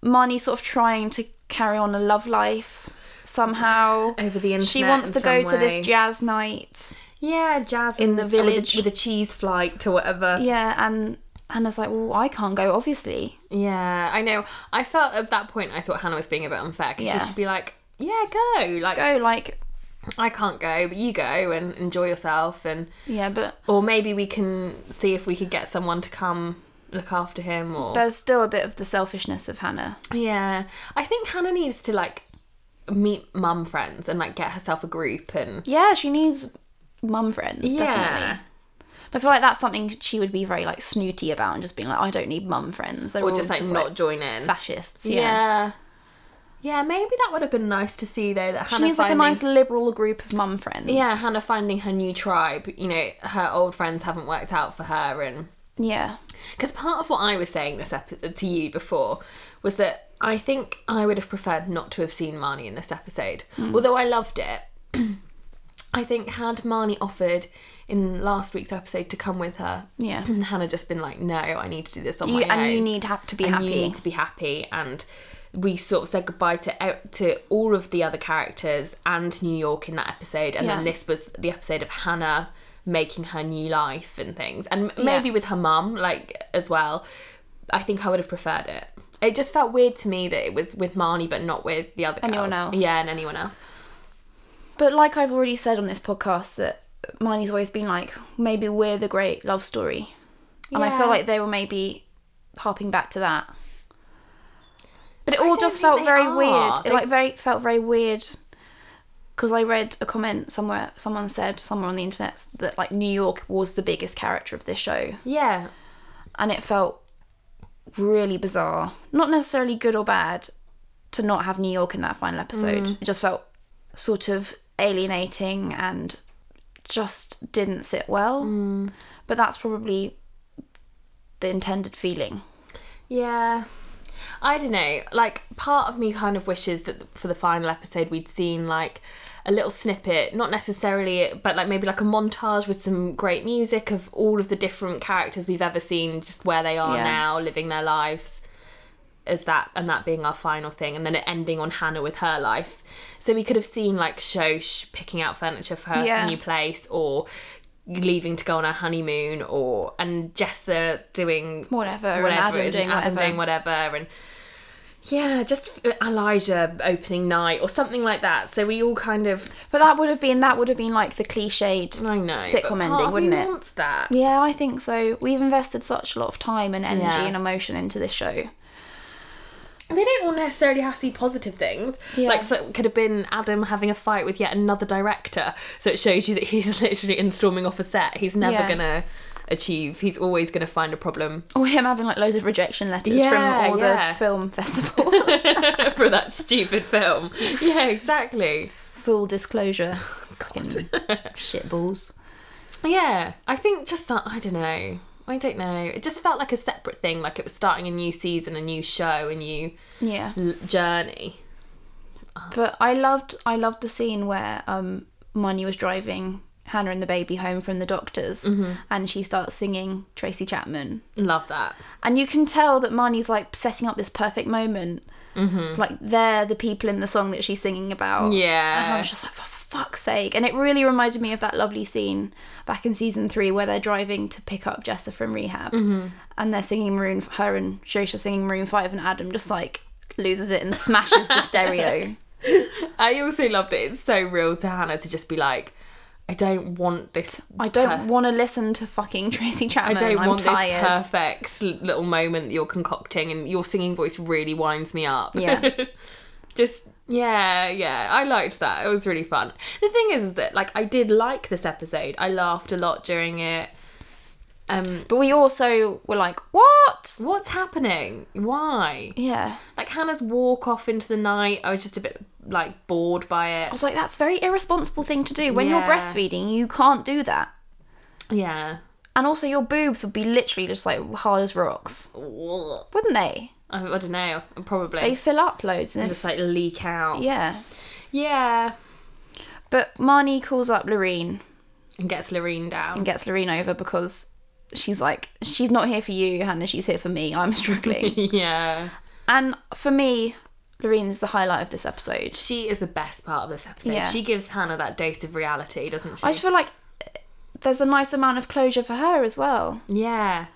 Speaker 1: Marnie sort of trying to carry on a love life somehow.
Speaker 2: Over the internet.
Speaker 1: She wants
Speaker 2: in
Speaker 1: to go
Speaker 2: some
Speaker 1: to this
Speaker 2: way.
Speaker 1: jazz night.
Speaker 2: yeah, jazz in
Speaker 1: the village.
Speaker 2: with a cheese flight or whatever.
Speaker 1: Yeah, and Hannah's like, well, I can't go, obviously.
Speaker 2: Yeah, I know. I felt at that point I thought Hannah was being a bit unfair because
Speaker 1: Yeah.
Speaker 2: she should be like, "Yeah, go." Like,
Speaker 1: Go, like,
Speaker 2: I can't go, but you go and enjoy yourself, and
Speaker 1: yeah, but
Speaker 2: or maybe we can see if we could get someone to come look after him. Or
Speaker 1: there's still a bit of the selfishness of Hannah.
Speaker 2: yeah, I think Hannah needs to like meet mum friends and like get herself a group and
Speaker 1: Yeah, she needs mum friends,
Speaker 2: yeah,
Speaker 1: definitely. But I feel like that's something she would be very, like, snooty about and just being like, I don't need mum friends. They're
Speaker 2: or
Speaker 1: all
Speaker 2: just like not join in.
Speaker 1: fascists.
Speaker 2: yeah. yeah. maybe that would have been nice to see though that
Speaker 1: She
Speaker 2: Hannah
Speaker 1: needs like a
Speaker 2: finally-
Speaker 1: nice liberal group of mum friends.
Speaker 2: Yeah, Hannah finding her new tribe. You know, her old friends haven't worked out for her, and
Speaker 1: Yeah.
Speaker 2: because part of what I was saying this epi- to you before was that I think I would have preferred not to have seen Marnie in this episode, although I loved it. I think had Marnie offered in last week's episode to come with her,
Speaker 1: Yeah.
Speaker 2: Hannah just been like, "No, I need to do this on
Speaker 1: You,
Speaker 2: my own."
Speaker 1: and you need have to be
Speaker 2: and
Speaker 1: happy.
Speaker 2: you need to be happy and we sort of said goodbye to e- to all of the other characters and New York in that episode and then
Speaker 1: Yeah.
Speaker 2: this was the episode of Hannah making her new life and things and m- maybe with her mum like as well I think I would have preferred it it just felt weird to me that it was with Marnie but not with the other
Speaker 1: Anyone
Speaker 2: girls.
Speaker 1: else.
Speaker 2: yeah and anyone else
Speaker 1: But like I've already said on this podcast that Marnie's always been like, maybe we're the great love story. And I
Speaker 2: Yeah.
Speaker 1: feel like they were maybe harping back to that. But it all
Speaker 2: don't
Speaker 1: just
Speaker 2: think
Speaker 1: felt
Speaker 2: they
Speaker 1: very
Speaker 2: are.
Speaker 1: weird.
Speaker 2: They-
Speaker 1: It like very felt very weird because I read a comment somewhere someone said somewhere on the internet that like New York was the biggest character of this show.
Speaker 2: yeah
Speaker 1: and it felt really bizarre. Not necessarily good or bad to not have New York in that final episode.
Speaker 2: Mm.
Speaker 1: It just felt sort of alienating and just didn't sit well.
Speaker 2: Mm.
Speaker 1: But that's probably the intended feeling.
Speaker 2: Yeah. I don't know. Like, part of me kind of wishes that for the final episode we'd seen, like, a little snippet, not necessarily, but like maybe like a montage with some great music of all of the different characters we've ever seen, just where they are
Speaker 1: Yeah.
Speaker 2: now, living their lives, as that, and that being our final thing, and then it ending on Hannah with her life. So we could have seen like Shosh picking out furniture for her
Speaker 1: Yeah.
Speaker 2: new place, or leaving to go on her honeymoon, or and Jessa doing
Speaker 1: Whatever,
Speaker 2: whatever,
Speaker 1: and Adam
Speaker 2: isn't
Speaker 1: doing
Speaker 2: Adam
Speaker 1: whatever.
Speaker 2: doing whatever, and yeah, just uh, Elijah opening night or something like that. So we all kind of
Speaker 1: but that would have been that would have been like the cliched.
Speaker 2: I know
Speaker 1: Sitcom
Speaker 2: but
Speaker 1: ending,
Speaker 2: part of me
Speaker 1: wouldn't it?
Speaker 2: Wants that?
Speaker 1: Yeah, I think so. We've invested such a lot of time and energy
Speaker 2: Yeah.
Speaker 1: and emotion into this show.
Speaker 2: They don't all necessarily have to be positive things.
Speaker 1: Yeah.
Speaker 2: Like so it could have been Adam having a fight with yet another director. So it shows you that he's literally in storming off a set. He's never
Speaker 1: Yeah.
Speaker 2: gonna achieve. He's always gonna find a problem
Speaker 1: Or him having like loads of rejection letters
Speaker 2: Yeah,
Speaker 1: from all
Speaker 2: yeah.
Speaker 1: the film festivals.
Speaker 2: for that stupid film. Yeah, exactly.
Speaker 1: Full disclosure. Fucking shit balls.
Speaker 2: Yeah, I think just that. I don't know. I don't know. It just felt like a separate thing. Like it was starting a new season, a new show, a new
Speaker 1: Yeah.
Speaker 2: l- journey.
Speaker 1: But I loved I loved the scene where um Marnie was driving Hannah and the baby home from the doctors and she starts singing Tracy Chapman.
Speaker 2: Love that.
Speaker 1: And you can tell that Marnie's like setting up this perfect moment. Like they're the people in the song that she's singing about. And I
Speaker 2: Yeah.
Speaker 1: was just like, for fuck's sake. And it really reminded me of that lovely scene back in season three where they're driving to pick up Jessa from rehab
Speaker 2: Mm-hmm.
Speaker 1: and they're singing Maroon, her and Shosha singing Maroon 5, and Adam just like loses it and smashes the stereo.
Speaker 2: I also love that it's so real to Hannah to just be like, I don't want this.
Speaker 1: I don't want to listen to fucking Tracy
Speaker 2: I
Speaker 1: Chapman. I
Speaker 2: don't
Speaker 1: am
Speaker 2: want
Speaker 1: tired.
Speaker 2: this perfect l- little moment that you're concocting, and your singing voice really winds me up.
Speaker 1: Yeah.
Speaker 2: just yeah, yeah. I liked that. It was really fun. The thing is, is that like I did like this episode. I laughed a lot during it. Um,
Speaker 1: But we also were like, what?
Speaker 2: what's happening? Why?
Speaker 1: Yeah.
Speaker 2: Like Hannah's walk off into the night. I was just a bit like bored by
Speaker 1: I
Speaker 2: it.
Speaker 1: was like, that's a very irresponsible thing to do. When
Speaker 2: Yeah.
Speaker 1: you're breastfeeding, you can't do that.
Speaker 2: Yeah.
Speaker 1: And also, your boobs would be literally just like hard as rocks,
Speaker 2: I,
Speaker 1: wouldn't they?
Speaker 2: I don't know. Probably
Speaker 1: They fill up loads. And if,
Speaker 2: just like leak out.
Speaker 1: yeah.
Speaker 2: Yeah.
Speaker 1: But Marnie calls up Lorene
Speaker 2: And gets Lorene down.
Speaker 1: and gets Lorene over because she's like, she's not here for you, Hannah, she's here for me. I'm struggling.
Speaker 2: yeah.
Speaker 1: and for me, Lorene is the highlight of this episode.
Speaker 2: She is the best part of this episode.
Speaker 1: Yeah.
Speaker 2: She gives Hannah that dose of reality, doesn't she?
Speaker 1: I just feel like eh, there's a nice amount of closure for her as well.
Speaker 2: yeah.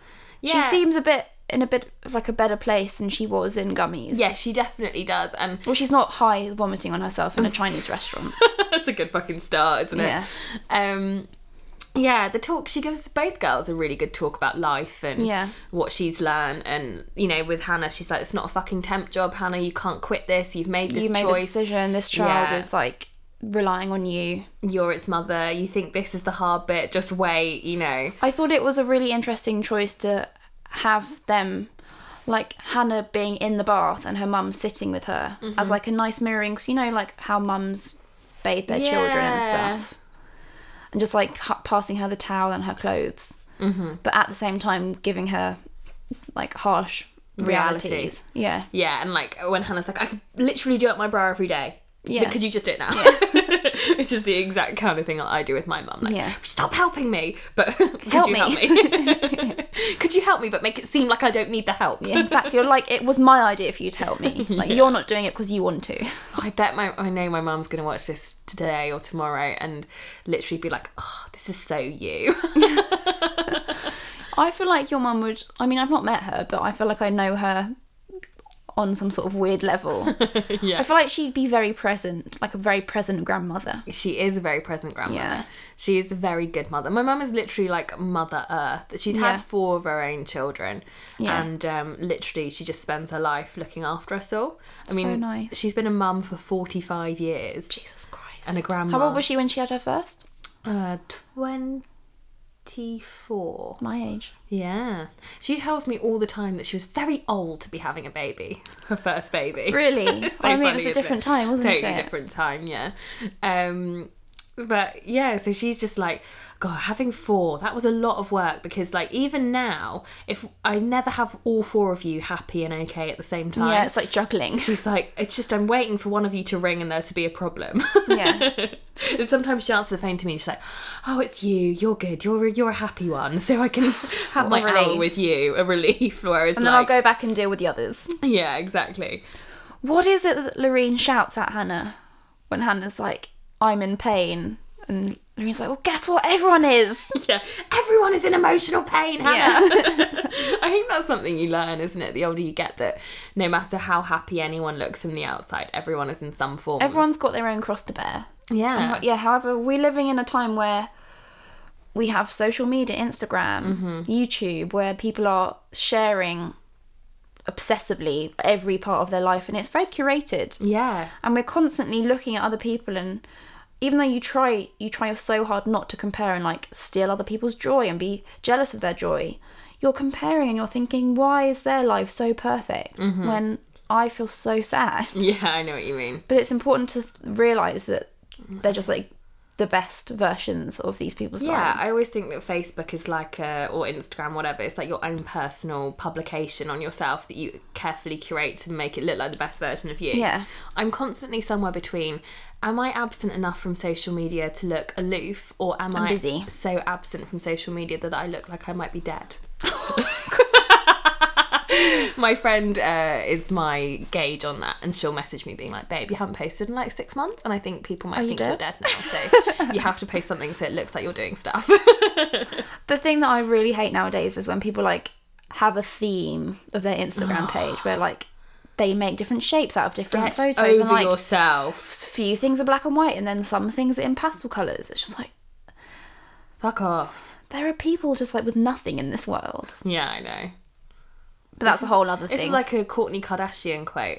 Speaker 2: Yeah.
Speaker 1: She seems a bit in a bit of like a better place than she was in gummies.
Speaker 2: Yeah, she definitely does. And
Speaker 1: Well, she's not high vomiting on herself in a Chinese restaurant.
Speaker 2: that's a good fucking start, isn't it?
Speaker 1: Yeah.
Speaker 2: Um yeah, the talk she gives both girls a really good talk about life and
Speaker 1: Yeah.
Speaker 2: what she's learned and you know, with Hannah she's like, It's not a fucking temp job, Hannah, you can't quit this, you've made this
Speaker 1: you made a
Speaker 2: choice.
Speaker 1: decision. This child
Speaker 2: Yeah.
Speaker 1: is like relying on you.
Speaker 2: You're its mother, you think this is the hard bit, just wait, you know.
Speaker 1: I thought it was a really interesting choice to have them, like Hannah being in the bath and her mum sitting with her as like a nice mirroring, because you know, like how mums bathe their children and
Speaker 2: Yeah.
Speaker 1: stuff, and just like h- passing her the towel and her clothes, mm-hmm. but at the same time giving her like harsh realities.
Speaker 2: Realities.
Speaker 1: Yeah,
Speaker 2: Yeah, and like when Hannah's like, I could literally do up my bra every day.
Speaker 1: Yeah.
Speaker 2: But could you just do it now? Which is the exact kind of thing that I do with my mum. Like,
Speaker 1: Yeah.
Speaker 2: stop helping me, but could
Speaker 1: Help
Speaker 2: you
Speaker 1: me.
Speaker 2: help me? could you help me, but make it seem like I don't need the help?
Speaker 1: yeah, exactly. You're like, it was my idea for you to help me. Like, you're not doing it because you want to.
Speaker 2: I bet my I know my mum's gonna watch this today or tomorrow and literally be like, oh, this is so you.
Speaker 1: I feel like your mum would. I mean, I've not met her, but I feel like I know her on some sort of weird level.
Speaker 2: yeah.
Speaker 1: I feel like she'd be very present, like a very present grandmother.
Speaker 2: she is a very present grandmother.
Speaker 1: Yeah.
Speaker 2: She is a very good mother. My mum is literally like Mother Earth. She's
Speaker 1: Yeah.
Speaker 2: had four of her own children,
Speaker 1: Yeah.
Speaker 2: and um, literally she just spends her life looking after us all. I mean,
Speaker 1: nice.
Speaker 2: she's been a mum for forty-five years
Speaker 1: Jesus Christ.
Speaker 2: and a grandma.
Speaker 1: How old was she when she had her first?
Speaker 2: Uh, twenty-four.
Speaker 1: My age.
Speaker 2: Yeah, she tells me all the time that she was very old to be having a baby, her first baby.
Speaker 1: Really?
Speaker 2: So
Speaker 1: I mean, it
Speaker 2: funny,
Speaker 1: was
Speaker 2: isn't
Speaker 1: a different time, wasn't
Speaker 2: totally
Speaker 1: it?
Speaker 2: different time, yeah. Um, but yeah, so she's just like, God, having four, that was a lot of work because, like, even now, if I never have all four of you happy and okay at the same time,
Speaker 1: Yeah, it's like juggling.
Speaker 2: she's like, it's just I'm waiting for one of you to ring and there to be a problem.
Speaker 1: Yeah.
Speaker 2: And Sometimes she answers the phone to me. She's like, "Oh, it's you. You're good. You're you're a happy one. So I can have my
Speaker 1: What a relief.
Speaker 2: hour with you. A relief." Whereas,
Speaker 1: And then
Speaker 2: like,
Speaker 1: I'll go back and deal with the others.
Speaker 2: yeah, exactly.
Speaker 1: What is it that Lorene shouts at Hannah when Hannah's like, I'm in pain? And Lorene's like, well, guess what? Everyone is.
Speaker 2: Yeah, everyone is in emotional pain. Hannah.
Speaker 1: Yeah.
Speaker 2: I think that's something you learn, isn't it? The older you get, that no matter how happy anyone looks from the outside, everyone is in some form. of-
Speaker 1: Everyone's got their own cross to bear.
Speaker 2: yeah,
Speaker 1: Uh, yeah however we're living in a time where we have social media instagram youtube where people are sharing obsessively every part of their life and it's very curated
Speaker 2: yeah,
Speaker 1: and we're constantly looking at other people and even though you try you try so hard not to compare and like steal other people's joy and be jealous of their joy you're comparing and you're thinking why is their life so perfect when i feel so sad
Speaker 2: yeah. I know what you mean.
Speaker 1: but it's important to realize that they're just like the best versions of these people's
Speaker 2: Yeah,
Speaker 1: lives.
Speaker 2: I always think that Facebook is like, a, or Instagram, whatever, it's like your own personal publication on yourself that you carefully curate to make it look like the best version of you.
Speaker 1: Yeah.
Speaker 2: I'm constantly somewhere between am I absent enough from social media to look aloof, or am I
Speaker 1: busy.
Speaker 2: so absent from social media that I look like I might be dead? my friend uh, is my gauge on that, and she'll message me being like, "Babe, you haven't posted in like six months, and I think people might
Speaker 1: you
Speaker 2: think you're dead
Speaker 1: dead?
Speaker 2: now, so you have to post something so it looks like you're doing stuff."
Speaker 1: the thing that I really hate nowadays is when people like have a theme of their Instagram page where like they make different shapes out of different photos and
Speaker 2: over
Speaker 1: like
Speaker 2: yourself.
Speaker 1: few things are black and white and then some things are in pastel colours. It's just like
Speaker 2: Fuck off.
Speaker 1: there are people just like with nothing in this world.
Speaker 2: Yeah, I know.
Speaker 1: But that's a whole other
Speaker 2: This
Speaker 1: thing.
Speaker 2: is like a Courtney Kardashian quote.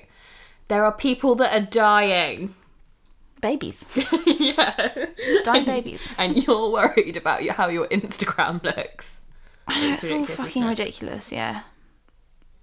Speaker 2: There are people that are dying.
Speaker 1: babies.
Speaker 2: yeah.
Speaker 1: Dying babies.
Speaker 2: And you're worried about your, how your Instagram looks.
Speaker 1: I know, it's all
Speaker 2: ridiculous,
Speaker 1: fucking
Speaker 2: isn't it?
Speaker 1: ridiculous, yeah.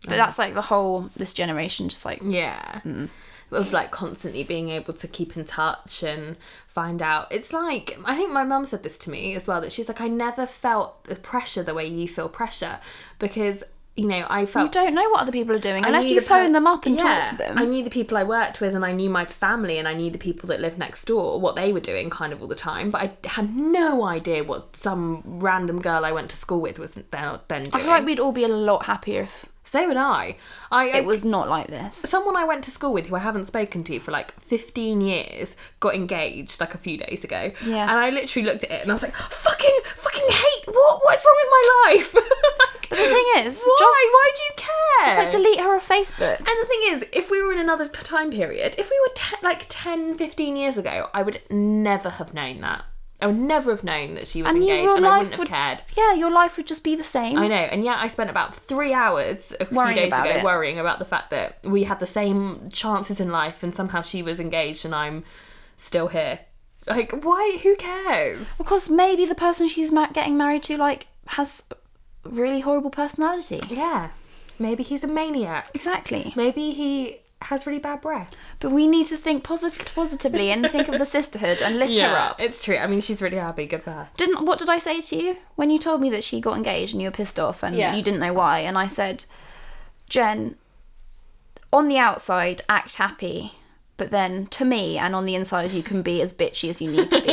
Speaker 1: But that's like the whole this generation just like
Speaker 2: Yeah. Mm. of like constantly being able to keep in touch and find out. It's like I think my mum said this to me as well that she's like I never felt the pressure the way you feel pressure because you know I
Speaker 1: You
Speaker 2: felt
Speaker 1: don't know what other people are doing
Speaker 2: I
Speaker 1: unless
Speaker 2: knew
Speaker 1: you
Speaker 2: the per-
Speaker 1: phone them up and
Speaker 2: Yeah,
Speaker 1: talk to them.
Speaker 2: I knew the people I worked with, and I knew my family, and I knew the people that lived next door, what they were doing kind of all the time. But I had no idea what some random girl I went to school with was then, then doing.
Speaker 1: I feel like we'd all be a lot happier if
Speaker 2: so would I. I, I
Speaker 1: it was not like this.
Speaker 2: someone I went to school with who I haven't spoken to for like 15 years got engaged like a few days ago.
Speaker 1: Yeah.
Speaker 2: And I literally looked at it and I was like, fucking, fucking hate, what, what's wrong with my life? Like,
Speaker 1: But the thing is,
Speaker 2: why?
Speaker 1: just-
Speaker 2: why do you care?
Speaker 1: It's like delete her off Facebook.
Speaker 2: And the thing is, if we were in another p- time period, if we were te- like 10, 15 years ago, I would never have known that. I would never have known that she was
Speaker 1: And you-
Speaker 2: engaged
Speaker 1: your
Speaker 2: and I wouldn't
Speaker 1: life
Speaker 2: have
Speaker 1: would-
Speaker 2: cared.
Speaker 1: Yeah, your life would just be the same.
Speaker 2: I know, and yet I spent about three hours a
Speaker 1: Worrying
Speaker 2: few days
Speaker 1: about
Speaker 2: ago
Speaker 1: it.
Speaker 2: worrying about the fact that we had the same chances in life and somehow she was engaged and I'm still here. Like, why? Who cares?
Speaker 1: Because maybe the person she's ma- getting married to like has a really horrible personality.
Speaker 2: Yeah. Maybe he's a maniac.
Speaker 1: Exactly.
Speaker 2: Maybe he has really bad breath.
Speaker 1: But we need to think posit- positively and think of the sisterhood and lift her up.
Speaker 2: it's true. I mean, she's really happy. Good for her.
Speaker 1: Didn't what did I say to you when you told me that she got engaged and you were pissed off and
Speaker 2: Yeah.
Speaker 1: you didn't know why and I said, "Jen, on the outside act happy, but then to me and on the inside you can be as bitchy as you need to be."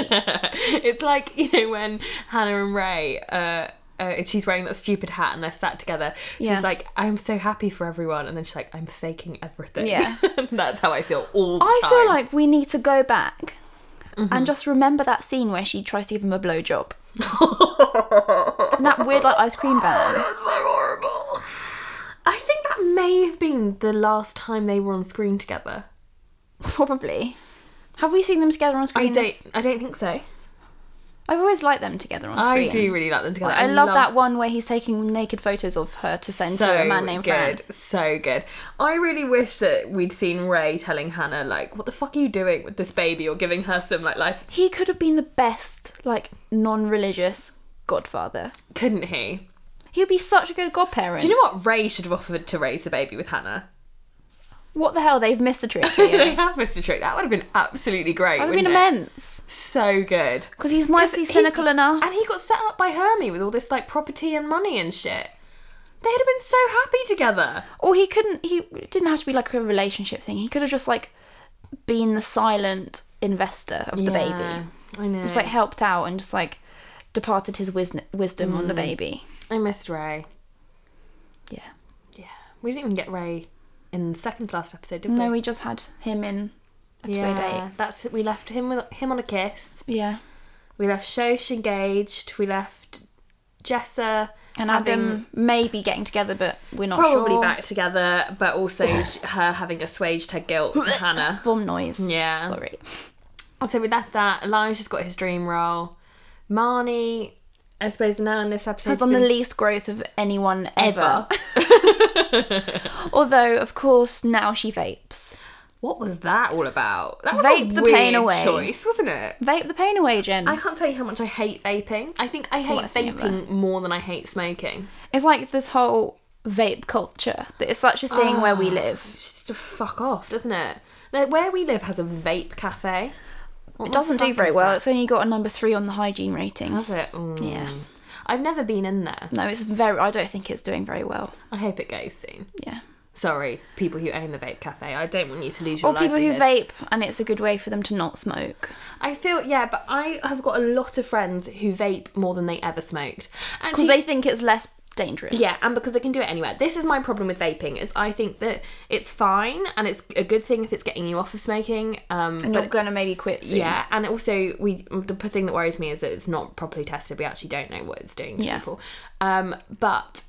Speaker 2: it's like you know when Hannah and Ray. Uh, uh, and she's wearing that stupid hat, and they're sat together. She's
Speaker 1: Yeah.
Speaker 2: like, "I'm so happy for everyone," and then she's like, "I'm faking everything."
Speaker 1: Yeah.
Speaker 2: that's how I feel all the
Speaker 1: I
Speaker 2: time.
Speaker 1: feel like we need to go back
Speaker 2: Mm-hmm.
Speaker 1: and just remember that scene where she tries to give him a blowjob. and that weird like ice cream van.
Speaker 2: That's so horrible. I think that may have been the last time they were on screen together.
Speaker 1: Probably. Have we seen them together on
Speaker 2: I
Speaker 1: screen?
Speaker 2: don't. I don't think so.
Speaker 1: I've always liked them together on screen.
Speaker 2: I do really like them together.
Speaker 1: I love that one where he's taking naked photos of her to send to a man named Fran.
Speaker 2: good, so good. I really wish that we'd seen Ray telling Hannah like, "What the fuck are you doing with this baby?" or giving her some like life.
Speaker 1: He could have been the best, like, non-religious godfather.
Speaker 2: Couldn't he?
Speaker 1: He would be such a good godparent.
Speaker 2: Do you know what Ray should have offered to raise the baby with Hannah?
Speaker 1: what the hell? They've missed a trick here.
Speaker 2: they have Mr. Trick. That would have been absolutely great.
Speaker 1: That would have
Speaker 2: wouldn't
Speaker 1: been
Speaker 2: it?
Speaker 1: immense.
Speaker 2: So good.
Speaker 1: Because he's nicely
Speaker 2: He-
Speaker 1: cynical enough.
Speaker 2: And he got set up by Hermie with all this like property and money and shit. They'd have been so happy together.
Speaker 1: or he couldn't he it didn't have to be like a relationship thing he could have just like been the silent investor of the baby
Speaker 2: I know.
Speaker 1: just like helped out and just like departed his wis- wisdom on the
Speaker 2: Mm.
Speaker 1: baby
Speaker 2: I missed Ray.
Speaker 1: yeah
Speaker 2: Yeah. We didn't even get Ray in the second last episode, did we?
Speaker 1: no we just had him in episode
Speaker 2: yeah,
Speaker 1: 8
Speaker 2: that's it. We left him with him on a kiss.
Speaker 1: yeah
Speaker 2: We left Shosh engaged. We left Jessa
Speaker 1: and
Speaker 2: having-
Speaker 1: adam maybe getting together but we're not
Speaker 2: probably
Speaker 1: sure
Speaker 2: back together, but also sh- her having assuaged her guilt to Hannah.
Speaker 1: vom noise
Speaker 2: Yeah.
Speaker 1: sorry
Speaker 2: So we left that. Elijah's got his dream role. Marnie, I suppose now in this episode
Speaker 1: has on the
Speaker 2: been-
Speaker 1: least growth of anyone
Speaker 2: ever.
Speaker 1: ever although of course now she vapes
Speaker 2: what was that all about? That was
Speaker 1: Vape
Speaker 2: a
Speaker 1: the
Speaker 2: weird
Speaker 1: pain away.
Speaker 2: choice, wasn't it?
Speaker 1: vape the pain away jen
Speaker 2: I can't tell you how much I hate vaping. I think I hate
Speaker 1: worst thing ever.
Speaker 2: vaping more than I hate smoking.
Speaker 1: It's like this whole vape culture that it's such a thing where
Speaker 2: Ah.
Speaker 1: we live.
Speaker 2: It's just a fuck off, doesn't it? Like, where we live has a vape cafe.
Speaker 1: It doesn't do very well. It's only got a number three on the hygiene rating.
Speaker 2: Does it? Mm.
Speaker 1: Yeah.
Speaker 2: I've never been in there.
Speaker 1: No, it's very. I don't think it's doing very well.
Speaker 2: I hope it goes soon.
Speaker 1: Yeah.
Speaker 2: Sorry, people who own the vape cafe. I don't want you to lose your
Speaker 1: Or people who
Speaker 2: livelihood.
Speaker 1: vape, and it's a good way for them to not smoke.
Speaker 2: I feel yeah, but I have got a lot of friends who vape more than they ever smoked.
Speaker 1: Because
Speaker 2: Actually,
Speaker 1: they think it's less dangerous.
Speaker 2: yeah, and because they can do it anywhere. This is my problem with vaping is I think that it's fine and it's a good thing if it's getting you off of smoking. Um,
Speaker 1: And you're going to maybe quit soon.
Speaker 2: Yeah, and also we the p- thing that worries me is that it's not properly tested. We actually don't know what it's doing to
Speaker 1: Yeah.
Speaker 2: people. Um, but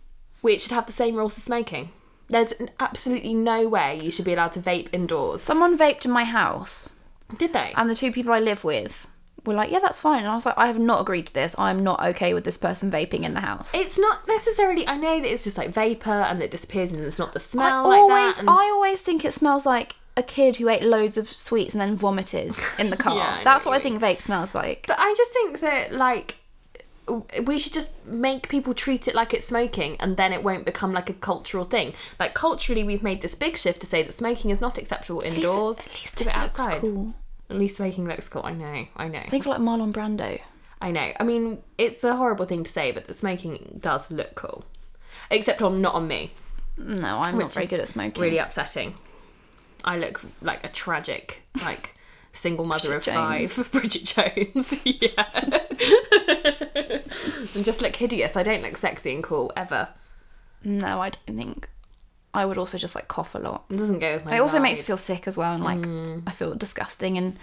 Speaker 2: we should have the same rules as smoking. There's n- absolutely no way you should be allowed to vape indoors.
Speaker 1: Someone vaped in my house,
Speaker 2: Did they?
Speaker 1: and the two people I live with were like, yeah, that's fine. And I was like, I have not agreed to this. I'm not okay with this person vaping in the house.
Speaker 2: it's not necessarily. I know that it's just like vapor and it disappears and it's not the
Speaker 1: I
Speaker 2: smell like
Speaker 1: always,
Speaker 2: that. and-
Speaker 1: I always think it smells like a kid who ate loads of sweets and then vomited in the car.
Speaker 2: Yeah, I know
Speaker 1: That's
Speaker 2: what
Speaker 1: what I
Speaker 2: you
Speaker 1: think vape smells like.
Speaker 2: But I just think that like we should just make people treat it like it's smoking and then it won't become like a cultural thing. Like culturally we've made this big shift to say that smoking is not acceptable
Speaker 1: At least-
Speaker 2: indoors.
Speaker 1: At least
Speaker 2: do
Speaker 1: it
Speaker 2: it
Speaker 1: looks
Speaker 2: outside.
Speaker 1: cool.
Speaker 2: At least smoking looks cool. I know. I know.
Speaker 1: Think of like Marlon Brando.
Speaker 2: I know. I mean, it's a horrible thing to say, but the smoking does look cool. Except on not on me.
Speaker 1: No, I'm
Speaker 2: Which
Speaker 1: not very
Speaker 2: is
Speaker 1: good at smoking.
Speaker 2: Really upsetting. I look like a tragic, like single mother of
Speaker 1: Bridget
Speaker 2: five, Bridget Jones. yeah. and just look hideous. I don't look sexy and cool ever.
Speaker 1: No, I don't think. I would also just like cough a lot.
Speaker 2: It doesn't go with my
Speaker 1: It also
Speaker 2: vibe.
Speaker 1: makes me feel sick as well, and like
Speaker 2: Mm.
Speaker 1: I feel disgusting. And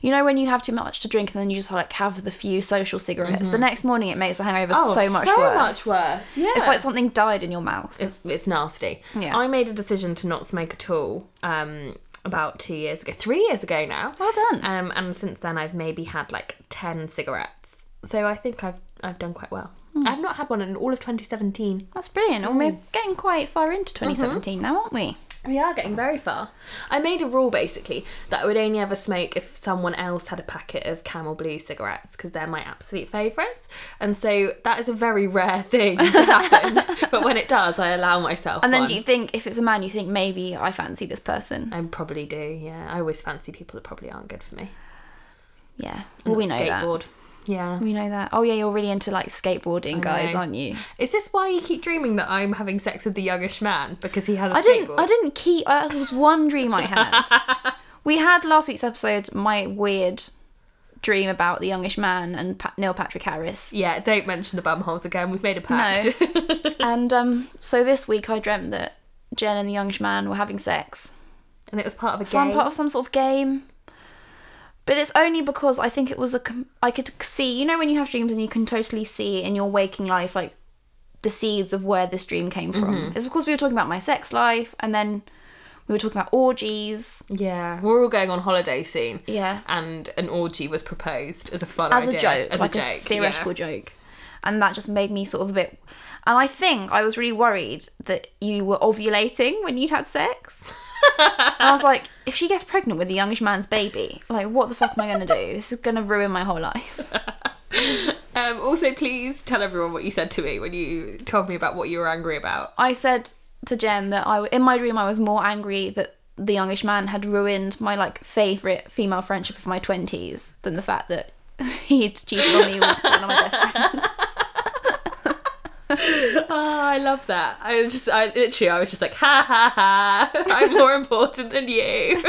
Speaker 1: you know when you have too much to drink, and then you just like have the few social cigarettes. The next morning, it makes the hangover
Speaker 2: Mm-hmm. oh,
Speaker 1: so much
Speaker 2: so
Speaker 1: worse.
Speaker 2: much worse. Yeah.
Speaker 1: It's like something died in your mouth.
Speaker 2: it's it's nasty.
Speaker 1: Yeah.
Speaker 2: I made a decision to not smoke at all um, about two years ago, three years ago now.
Speaker 1: Well done.
Speaker 2: Um, and since then, I've maybe had like ten cigarettes. So I think I've I've done quite well.
Speaker 1: Hmm.
Speaker 2: I've not had one in all of 2017.
Speaker 1: That's brilliant. And we're getting quite far
Speaker 2: Mm-hmm.
Speaker 1: into 2017 now, aren't we?
Speaker 2: We are getting very far. I made a rule basically that I would only ever smoke if someone else had a packet of Camel Blue cigarettes because they're my absolute favourites. And so that is a very rare thing to happen. but when it does, I allow myself.
Speaker 1: And then
Speaker 2: one.
Speaker 1: do you think if it's a man, you think maybe I fancy this person?
Speaker 2: I probably do. Yeah, I always fancy people that probably aren't good for me.
Speaker 1: Yeah. Well, we know that.
Speaker 2: skateboard. Yeah.
Speaker 1: We know that. Oh yeah, you're really into like skateboarding, guys,
Speaker 2: know.
Speaker 1: aren't you?
Speaker 2: Is this why you keep dreaming that I'm having sex with the youngish man because he has a
Speaker 1: I didn't.
Speaker 2: skateboard?
Speaker 1: I didn't keep. uh, That was one dream I had. we had last week's episode my weird dream about the youngish man and pa- Neil Patrick Harris.
Speaker 2: Yeah, don't mention the bum holes again. We've made a pact.
Speaker 1: and um, so this week I dreamt that Jen and the youngish man were having sex.
Speaker 2: and it was part of a
Speaker 1: Some
Speaker 2: game.
Speaker 1: part of some sort of game. But it's only because I think it was a. Com- I could see. You know when you have dreams and you can totally see in your waking life like the seeds of where this dream came from. It's because we were talking about my sex life and then we were talking about orgies.
Speaker 2: yeah, we're all going on holiday soon.
Speaker 1: Yeah.
Speaker 2: And an orgy was proposed as a fun
Speaker 1: as
Speaker 2: idea.
Speaker 1: a joke,
Speaker 2: As
Speaker 1: like
Speaker 2: a
Speaker 1: a,
Speaker 2: joke.
Speaker 1: theoretical joke, and that just made me sort of a bit. And I think I was really worried that you were ovulating when you'd had sex. and I was like, if she gets pregnant with a youngish man's baby, like what the fuck am I gonna do? This is gonna ruin my whole life.
Speaker 2: yeah. Um, also, please tell everyone what you said to me when you told me about what you were angry about.
Speaker 1: I said to Jen that I, in my dream, I was more angry that the youngish man had ruined my like favorite female friendship of my twenties than the fact that he'd cheated on me with one of my best friends.
Speaker 2: Oh, I love that. I was just, I literally, I was just like, ha ha ha, I'm more important than you.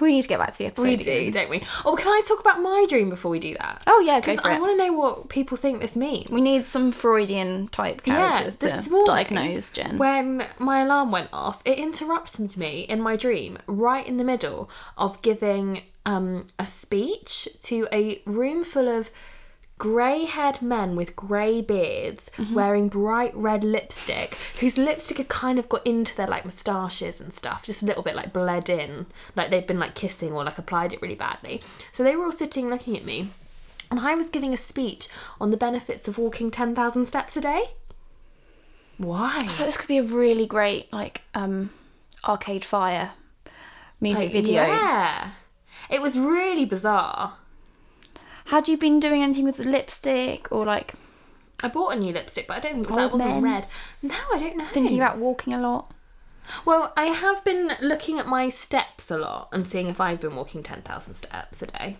Speaker 1: We need to get back to the episode.
Speaker 2: we
Speaker 1: again.
Speaker 2: do, don't we? Oh, can I talk about my dream before we do that?
Speaker 1: Oh yeah, go
Speaker 2: 'Cause
Speaker 1: for it.
Speaker 2: I want to know what people think this means.
Speaker 1: We need some Freudian type characters to diagnose Jen.
Speaker 2: When my alarm went off, it interrupted me in my dream, right in the middle of giving um, a speech to a room full of grey haired men with grey beards
Speaker 1: Mm-hmm.
Speaker 2: wearing bright red lipstick, whose lipstick had kind of got into their like moustaches and stuff, just a little bit like bled in, like they'd been like kissing or like applied it really badly. So they were all sitting looking at me. And I was giving a speech on the benefits of walking 10,000 steps a day. Why?
Speaker 1: But this could be a really great like um arcade fire music video.
Speaker 2: Yeah. It was really bizarre.
Speaker 1: Had you been doing anything with the lipstick or like
Speaker 2: I bought a new lipstick, but I don't think it was, that
Speaker 1: Old men?
Speaker 2: wasn't red. No, I don't know.
Speaker 1: thinking about walking a lot?
Speaker 2: Well, I have been looking at my steps a lot and seeing if I've been walking 10,000 steps a day.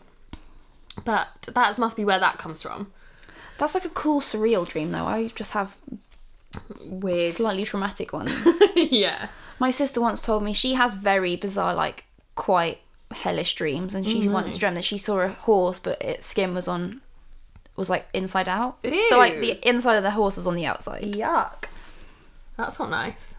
Speaker 2: But that must be where that comes from.
Speaker 1: That's like a cool surreal dream though. I just have
Speaker 2: Weird.
Speaker 1: slightly traumatic ones.
Speaker 2: yeah.
Speaker 1: My sister once told me she has very bizarre like quite hellish dreams and she once dreamt that she saw a horse but its skin was on was like inside out. So like
Speaker 2: Ew.
Speaker 1: the inside of the horse was on the outside.
Speaker 2: Yuck. That's not nice.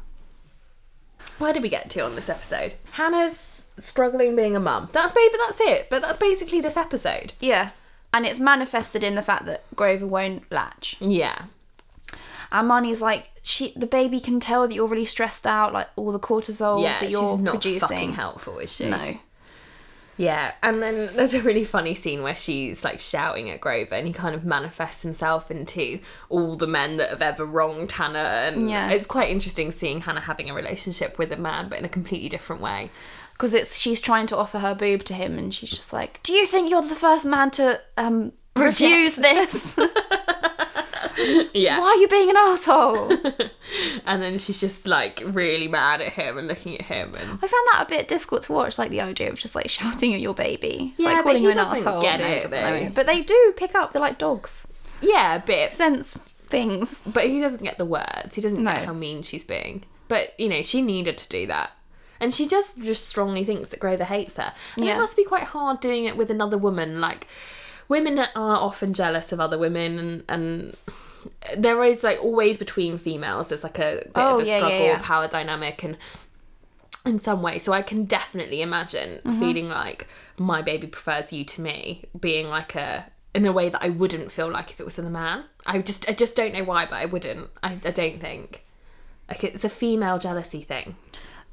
Speaker 2: Where did we get to on this episode? Hannah's struggling being a mum. That's maybe that's it, but that's basically this episode.
Speaker 1: Yeah. And it's manifested in the fact that Grover won't latch.
Speaker 2: Yeah.
Speaker 1: And Marnie's like, she the baby can tell that you're really stressed out, like all the cortisol
Speaker 2: Yeah,
Speaker 1: that
Speaker 2: she's
Speaker 1: you're
Speaker 2: not
Speaker 1: producing.
Speaker 2: fucking helpful, is she?
Speaker 1: No.
Speaker 2: Yeah, and then there's a really funny scene where she's like shouting at Grover, and he kind of manifests himself into all the men that have ever wronged Hannah. And
Speaker 1: Yeah.
Speaker 2: it's quite interesting seeing Hannah having a relationship with a man, but in a completely different way.
Speaker 1: because it's she's trying to offer her boob to him, and she's just like, "Do you think you're the first man to um, refuse this?
Speaker 2: Yeah.
Speaker 1: Why are you being an asshole?"
Speaker 2: And then she's just like really mad at him and looking at him and
Speaker 1: I found that a bit difficult to watch, like the idea of just like shouting at your baby, It's
Speaker 2: Yeah,
Speaker 1: like
Speaker 2: but
Speaker 1: calling
Speaker 2: he
Speaker 1: you an
Speaker 2: doesn't
Speaker 1: asshole.
Speaker 2: get
Speaker 1: No, he
Speaker 2: it,
Speaker 1: doesn't know
Speaker 2: though.
Speaker 1: it. but they do pick up. They're like dogs,
Speaker 2: yeah, a bit.
Speaker 1: sense things.
Speaker 2: But he doesn't get the words. He doesn't get
Speaker 1: No.
Speaker 2: how mean she's being. But you know, she needed to do that. And she just just strongly thinks that Grover hates her. And
Speaker 1: Yeah.
Speaker 2: it must be quite hard doing it with another woman. Like women are often jealous of other women and and there is like always between females there's like a bit
Speaker 1: Oh,
Speaker 2: of a
Speaker 1: yeah, yeah,
Speaker 2: struggle,
Speaker 1: yeah.
Speaker 2: power dynamic and in some way. So I can definitely imagine
Speaker 1: Mm-hmm.
Speaker 2: feeling like my baby prefers you to me, being like a in a way that I wouldn't feel like if it was with a man. I just I just don't know why, but I wouldn't. I, I don't think. Like it's a female jealousy thing.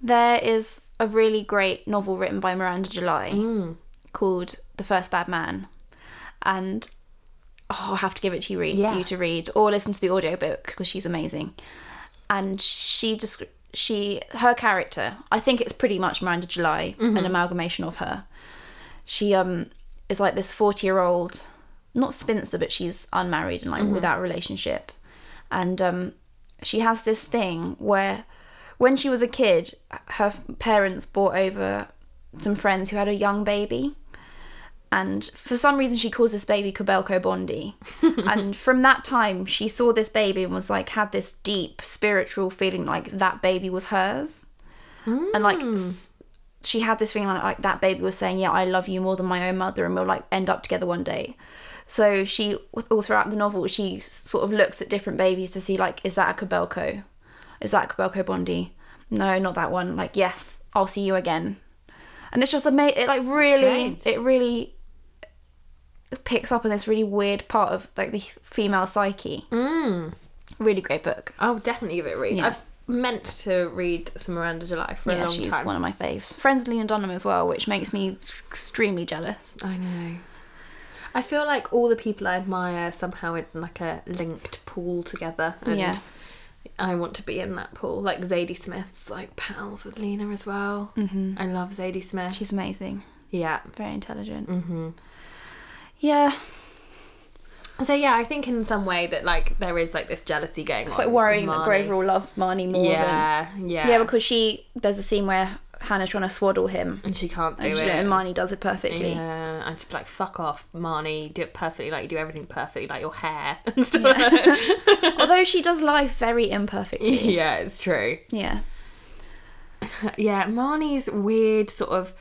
Speaker 1: There is a really great novel written by Miranda July called The First Bad Man, and oh, I'll have to give it to you read
Speaker 2: Yeah.
Speaker 1: you to read or listen to the audiobook because she's amazing. And she just she her character, I think it's pretty much Miranda July, an amalgamation of her. She um is like this forty year old, not spinster, but she's unmarried and like without a relationship, and um she has this thing where when she was a kid, her parents brought over some friends who had a young baby. And for some reason, she calls this baby Kabelko Bondi. and from that time, she saw this baby and was like, had this deep spiritual feeling like that baby was hers. And like, s- she had this feeling like, like that baby was saying, Yeah, I love you more than my own mother, and we'll like end up together one day. So she, all throughout the novel, she s- sort of looks at different babies to see, like, is that a Kabelko? Is that Kabelko Bondi? No, not that one. Like, yes, I'll see you again. And it's just amazing. It like really,
Speaker 2: Strange.
Speaker 1: it really picks up on this really weird part of like the female psyche. Mm. Really great book.
Speaker 2: I'll definitely give it a read.
Speaker 1: Yeah.
Speaker 2: I've meant to read some Miranda July for a
Speaker 1: yeah,
Speaker 2: long
Speaker 1: she's
Speaker 2: time.
Speaker 1: one of my faves. Friends with Lena Dunham as well, which makes me extremely jealous.
Speaker 2: I know. I feel like all the people I admire somehow in like a linked pool together. And
Speaker 1: Yeah.
Speaker 2: I want to be in that pool. Like Zadie Smith's like pals with Lena as well. Mm-hmm. I love Zadie Smith.
Speaker 1: She's amazing.
Speaker 2: Yeah.
Speaker 1: Very intelligent. Mm-hmm. Yeah,
Speaker 2: So yeah, I think in some way that like there is like this jealousy going
Speaker 1: it's
Speaker 2: on.
Speaker 1: like worrying
Speaker 2: with
Speaker 1: that
Speaker 2: Marnie.
Speaker 1: Grover will love Marnie more
Speaker 2: Yeah, yeah.
Speaker 1: than yeah, because she there's a scene where Hannah's trying to swaddle him,
Speaker 2: and she can't do
Speaker 1: and,
Speaker 2: it.
Speaker 1: and Marnie does it perfectly.
Speaker 2: Yeah, I'd just be like, fuck off, Marnie. Do it perfectly, like you do everything perfectly, like your hair and stuff. Yeah,
Speaker 1: Although she does life very imperfectly.
Speaker 2: yeah it's true.
Speaker 1: Yeah,
Speaker 2: yeah, Marnie's weird sort of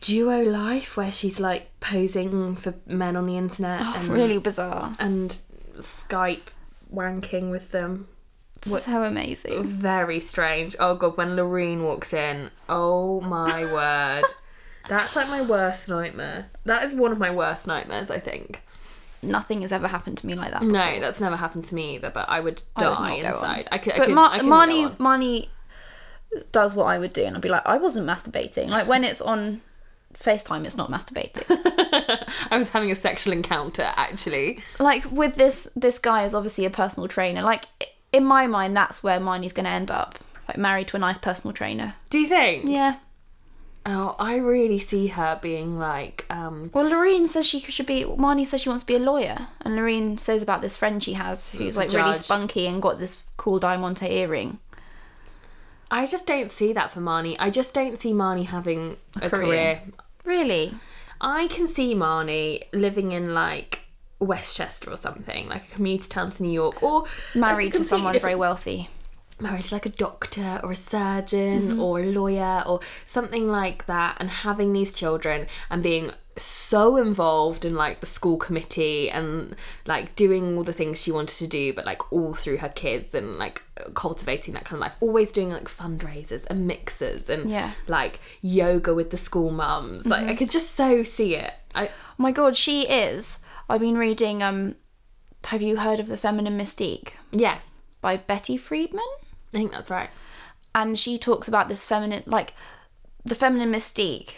Speaker 2: duo life where she's like posing for men on the internet and
Speaker 1: Oh, really bizarre.
Speaker 2: and Skype wanking with them.
Speaker 1: So amazing.
Speaker 2: Very strange. Oh god, when Loreen walks in, oh my word. That's like my worst nightmare. That is one of my worst nightmares, I think.
Speaker 1: Nothing has ever happened to me like that.
Speaker 2: No, that's never happened to me either, but I would
Speaker 1: I would
Speaker 2: die
Speaker 1: not go on.
Speaker 2: inside. I could I
Speaker 1: But
Speaker 2: couldn't-
Speaker 1: Mar-
Speaker 2: I couldn't go
Speaker 1: Marnie,
Speaker 2: on.
Speaker 1: Marnie does what I would do, and I'd be like, I wasn't masturbating. Like when it's on FaceTime, it's not masturbating.
Speaker 2: I was having a sexual encounter actually.
Speaker 1: like with this, this guy is obviously a personal trainer. Like i- in my mind, that's where Marnie's going to end up, like married to a nice personal trainer.
Speaker 2: Do you think?
Speaker 1: Yeah.
Speaker 2: Oh, I really see her being like, um,
Speaker 1: Well, Lorene says she should be. Marnie says she wants to be a lawyer, and Lorene says about this friend she has who's
Speaker 2: a
Speaker 1: like really
Speaker 2: judge.
Speaker 1: spunky and got this cool diamante earring.
Speaker 2: I just don't see that for Marnie. I just don't see Marnie having a, career.
Speaker 1: career. Really?
Speaker 2: I can see Marnie living in like Westchester or something, like a commuter town to New York, or
Speaker 1: Married to someone
Speaker 2: very.
Speaker 1: very wealthy.
Speaker 2: married to like a doctor or a surgeon
Speaker 1: Mm-hmm.
Speaker 2: or a lawyer or something like that and having these children and being so involved in like the school committee and like doing all the things she wanted to do but like all through her kids and like cultivating that kind of life always doing like fundraisers and mixers and
Speaker 1: Yeah. Mm-hmm.
Speaker 2: like yoga with the school mums like i could just so see it i
Speaker 1: Oh my god, she is. I've been reading um have you heard of The Feminine Mystique
Speaker 2: yes
Speaker 1: by Betty Friedman?
Speaker 2: i think that's right
Speaker 1: And she talks about this feminine like the feminine mystique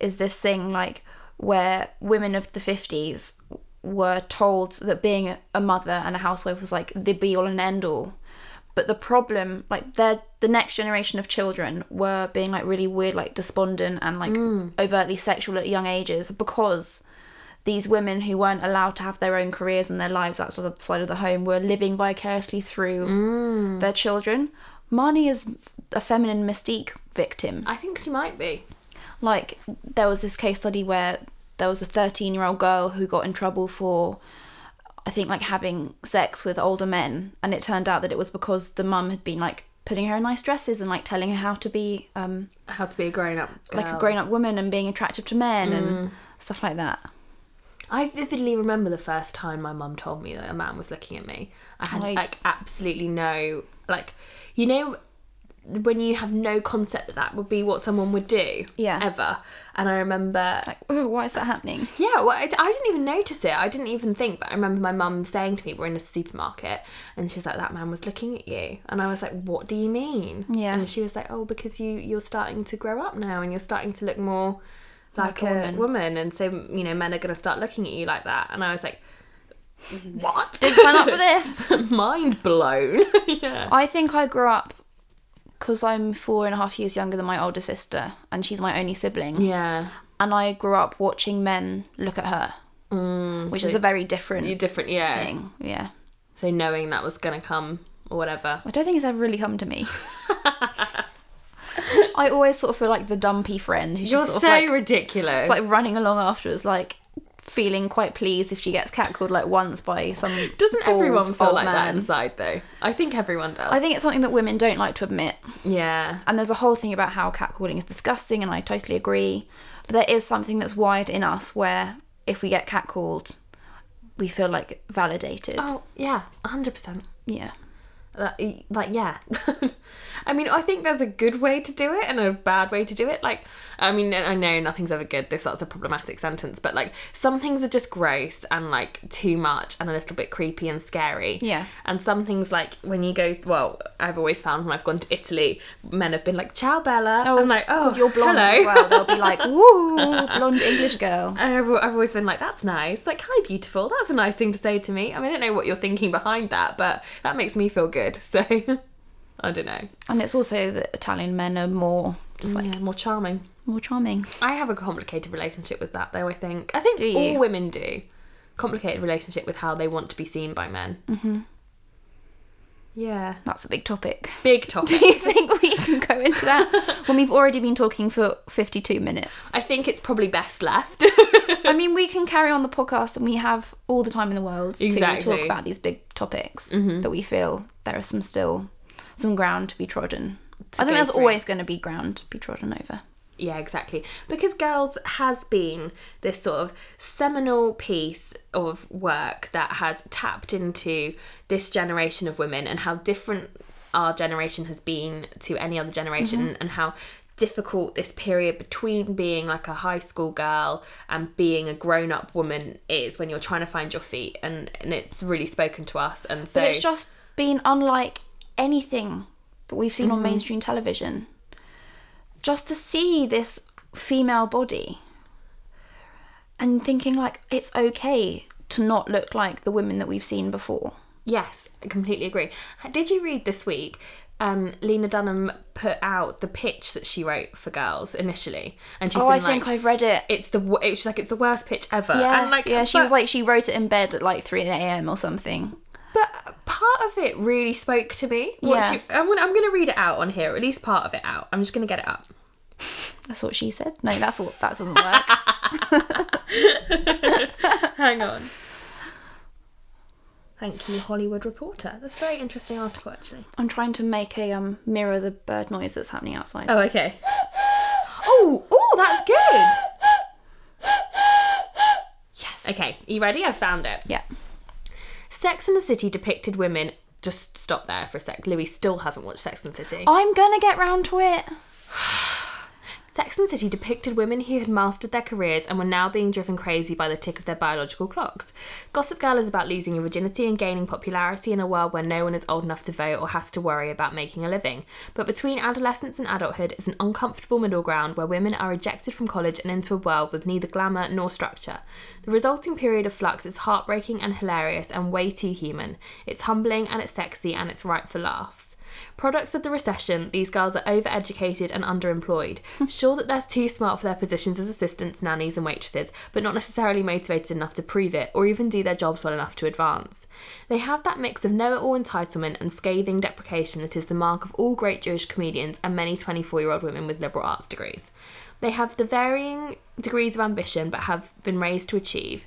Speaker 1: is this thing like where women of the 50s were told that being a mother and a housewife was like the be all and end all. But the problem, like they're the next generation of children were being like really weird, like despondent and like overtly sexual at young ages because these women who weren't allowed to have their own careers and their lives outside of the home were living vicariously through their children. Marnie is a feminine mystique victim
Speaker 2: I think she might be.
Speaker 1: like there was this case study where there was a 13 year old girl who got in trouble for i think like having sex with older men and it turned out that it was because the mum had been like putting her in nice dresses and like telling her how to be um
Speaker 2: How to be a grown up.
Speaker 1: like a grown up woman and being attractive to men and stuff like that
Speaker 2: I vividly remember the first time my mum told me that a man was looking at me. I had
Speaker 1: Like-
Speaker 2: like, absolutely no like you know when you have no concept that that would be what someone would do
Speaker 1: Yeah.
Speaker 2: ever and i remember
Speaker 1: like oh why is that happening
Speaker 2: Yeah, well, I, I didn't even notice it. I didn't even think. But I remember my mum saying to me, "We're in a supermarket," and she was like, "That man was looking at you," and I was like, "What do you mean?"
Speaker 1: Yeah.
Speaker 2: and she was like, "Oh, because you you're starting to grow up now, and you're starting to look more like,
Speaker 1: Like
Speaker 2: a,
Speaker 1: a-
Speaker 2: woman, woman, and so you know men are gonna start looking at you like that." And I was like, "What?"
Speaker 1: didn't sign up for this
Speaker 2: Mind blown. yeah.
Speaker 1: i think i grew up because i'm four and a half years younger than my older sister and she's my only sibling
Speaker 2: Yeah.
Speaker 1: and I grew up watching men look at her, mm, which is a very different
Speaker 2: You different. Yeah.
Speaker 1: thing. Yeah,
Speaker 2: So knowing that was gonna come or whatever.
Speaker 1: I don't think it's ever really come to me. I always sort of feel like the dumpy friend who's
Speaker 2: You're
Speaker 1: just
Speaker 2: so
Speaker 1: sort of like,
Speaker 2: ridiculous.
Speaker 1: like running along afterwards, like feeling quite pleased if she gets catcalled like once by some.
Speaker 2: Doesn't
Speaker 1: bald
Speaker 2: everyone feel
Speaker 1: old
Speaker 2: like that
Speaker 1: man.
Speaker 2: inside though? I think everyone does.
Speaker 1: I think it's something that women don't like to admit,
Speaker 2: yeah.
Speaker 1: and there's a whole thing about how catcalling is disgusting, and I totally agree. But there is something that's wired in us where if we get catcalled, we feel like validated.
Speaker 2: Oh yeah, hundred percent.
Speaker 1: Yeah.
Speaker 2: Like yeah. I mean, I think there's a good way to do it and a bad way to do it. Like, I mean, I know nothing's ever good. This that's a problematic sentence, but like some things are just gross and like too much and a little bit creepy and scary.
Speaker 1: Yeah.
Speaker 2: And some things like when you go, well, I've always found when I've gone to Italy, men have been like, "Ciao, Bella." I'm like, "Oh,
Speaker 1: because you're blonde
Speaker 2: hello.
Speaker 1: as well. They'll be like, "Woo, blonde English girl."
Speaker 2: And I've, I've always been like, that's nice. Like, hi, beautiful. That's a nice thing to say to me. I mean, I don't know what you're thinking behind that, but that makes me feel good. So, I don't know.
Speaker 1: And it's also that Italian men are more just like
Speaker 2: yeah, more charming.
Speaker 1: more charming.
Speaker 2: I have a complicated relationship with that, though, I think. I think
Speaker 1: Do you?
Speaker 2: all women do. Complicated relationship with how they want to be seen by men. Mm-hmm. Yeah.
Speaker 1: That's a big topic.
Speaker 2: Big topic.
Speaker 1: Do you think we can go into that when we've already been talking for 52 minutes?
Speaker 2: I think it's probably best left.
Speaker 1: I mean, we can carry on the podcast and we have all the time in the world to talk
Speaker 2: Exactly. Mm-hmm.
Speaker 1: about these big topics that we feel there are some still some ground to be trodden. I think
Speaker 2: go
Speaker 1: there's
Speaker 2: through.
Speaker 1: always going to be ground to be trodden over.
Speaker 2: Yeah, exactly. Because Girls has been this sort of seminal piece of work that has tapped into this generation of women and how different our generation has been to any other generation
Speaker 1: Mm-hmm.
Speaker 2: and how difficult this period between being like a high school girl and being a grown-up woman is when you're trying to find your feet and and it's really spoken to us and so
Speaker 1: But it's just been unlike anything that we've seen
Speaker 2: Mm-hmm.
Speaker 1: on mainstream television. Just to see this female body and thinking like it's okay to not look like the women that we've seen before.
Speaker 2: Yes, I completely agree. Did you read this week? Um, Lena Dunham put out the pitch that she wrote for girls initially, and she's
Speaker 1: oh, I
Speaker 2: been
Speaker 1: think
Speaker 2: like,
Speaker 1: I've read it.
Speaker 2: "It's the wo- it's like it's the worst pitch ever."
Speaker 1: Yes,
Speaker 2: and like,
Speaker 1: yeah, she
Speaker 2: but-
Speaker 1: was like she wrote it in bed at like 3 a.m. or something.
Speaker 2: but part of it really spoke to me. What
Speaker 1: Yeah.
Speaker 2: she, I'm gonna I'm gonna read it out on here, or at least part of it out. I'm just gonna get it up.
Speaker 1: That's what she said. No, that's what that doesn't work.
Speaker 2: Hang on. Thank you, Hollywood Reporter. That's a very interesting article, actually.
Speaker 1: I'm trying to make a um mirror the bird noise that's happening outside.
Speaker 2: Oh, okay. Oh, oh, that's good.
Speaker 1: yes.
Speaker 2: Okay, you ready? I found it.
Speaker 1: Yeah.
Speaker 2: Sex and the City depicted women. Just stop there for a sec. Louis still hasn't watched Sex and the City.
Speaker 1: I'm gonna get round to it.
Speaker 2: Sex and the City depicted women who had mastered their careers and were now being driven crazy by the tick of their biological clocks. Gossip Girl is about losing your virginity and gaining popularity in a world where no one is old enough to vote or has to worry about making a living. But between adolescence and adulthood is an uncomfortable middle ground where women are ejected from college and into a world with neither glamour nor structure. The resulting period of flux is heartbreaking and hilarious and way too human. It's humbling and it's sexy and it's ripe for laughs. Products of the recession, these girls are overeducated and underemployed. Sure that they're too smart for their positions as assistants, nannies, and waitresses, but not necessarily motivated enough to prove it or even do their jobs well enough to advance. They have that mix of know it all entitlement and scathing deprecation that is the mark of all great Jewish comedians and many 24 year old women with liberal arts degrees. They have the varying degrees of ambition but have been raised to achieve.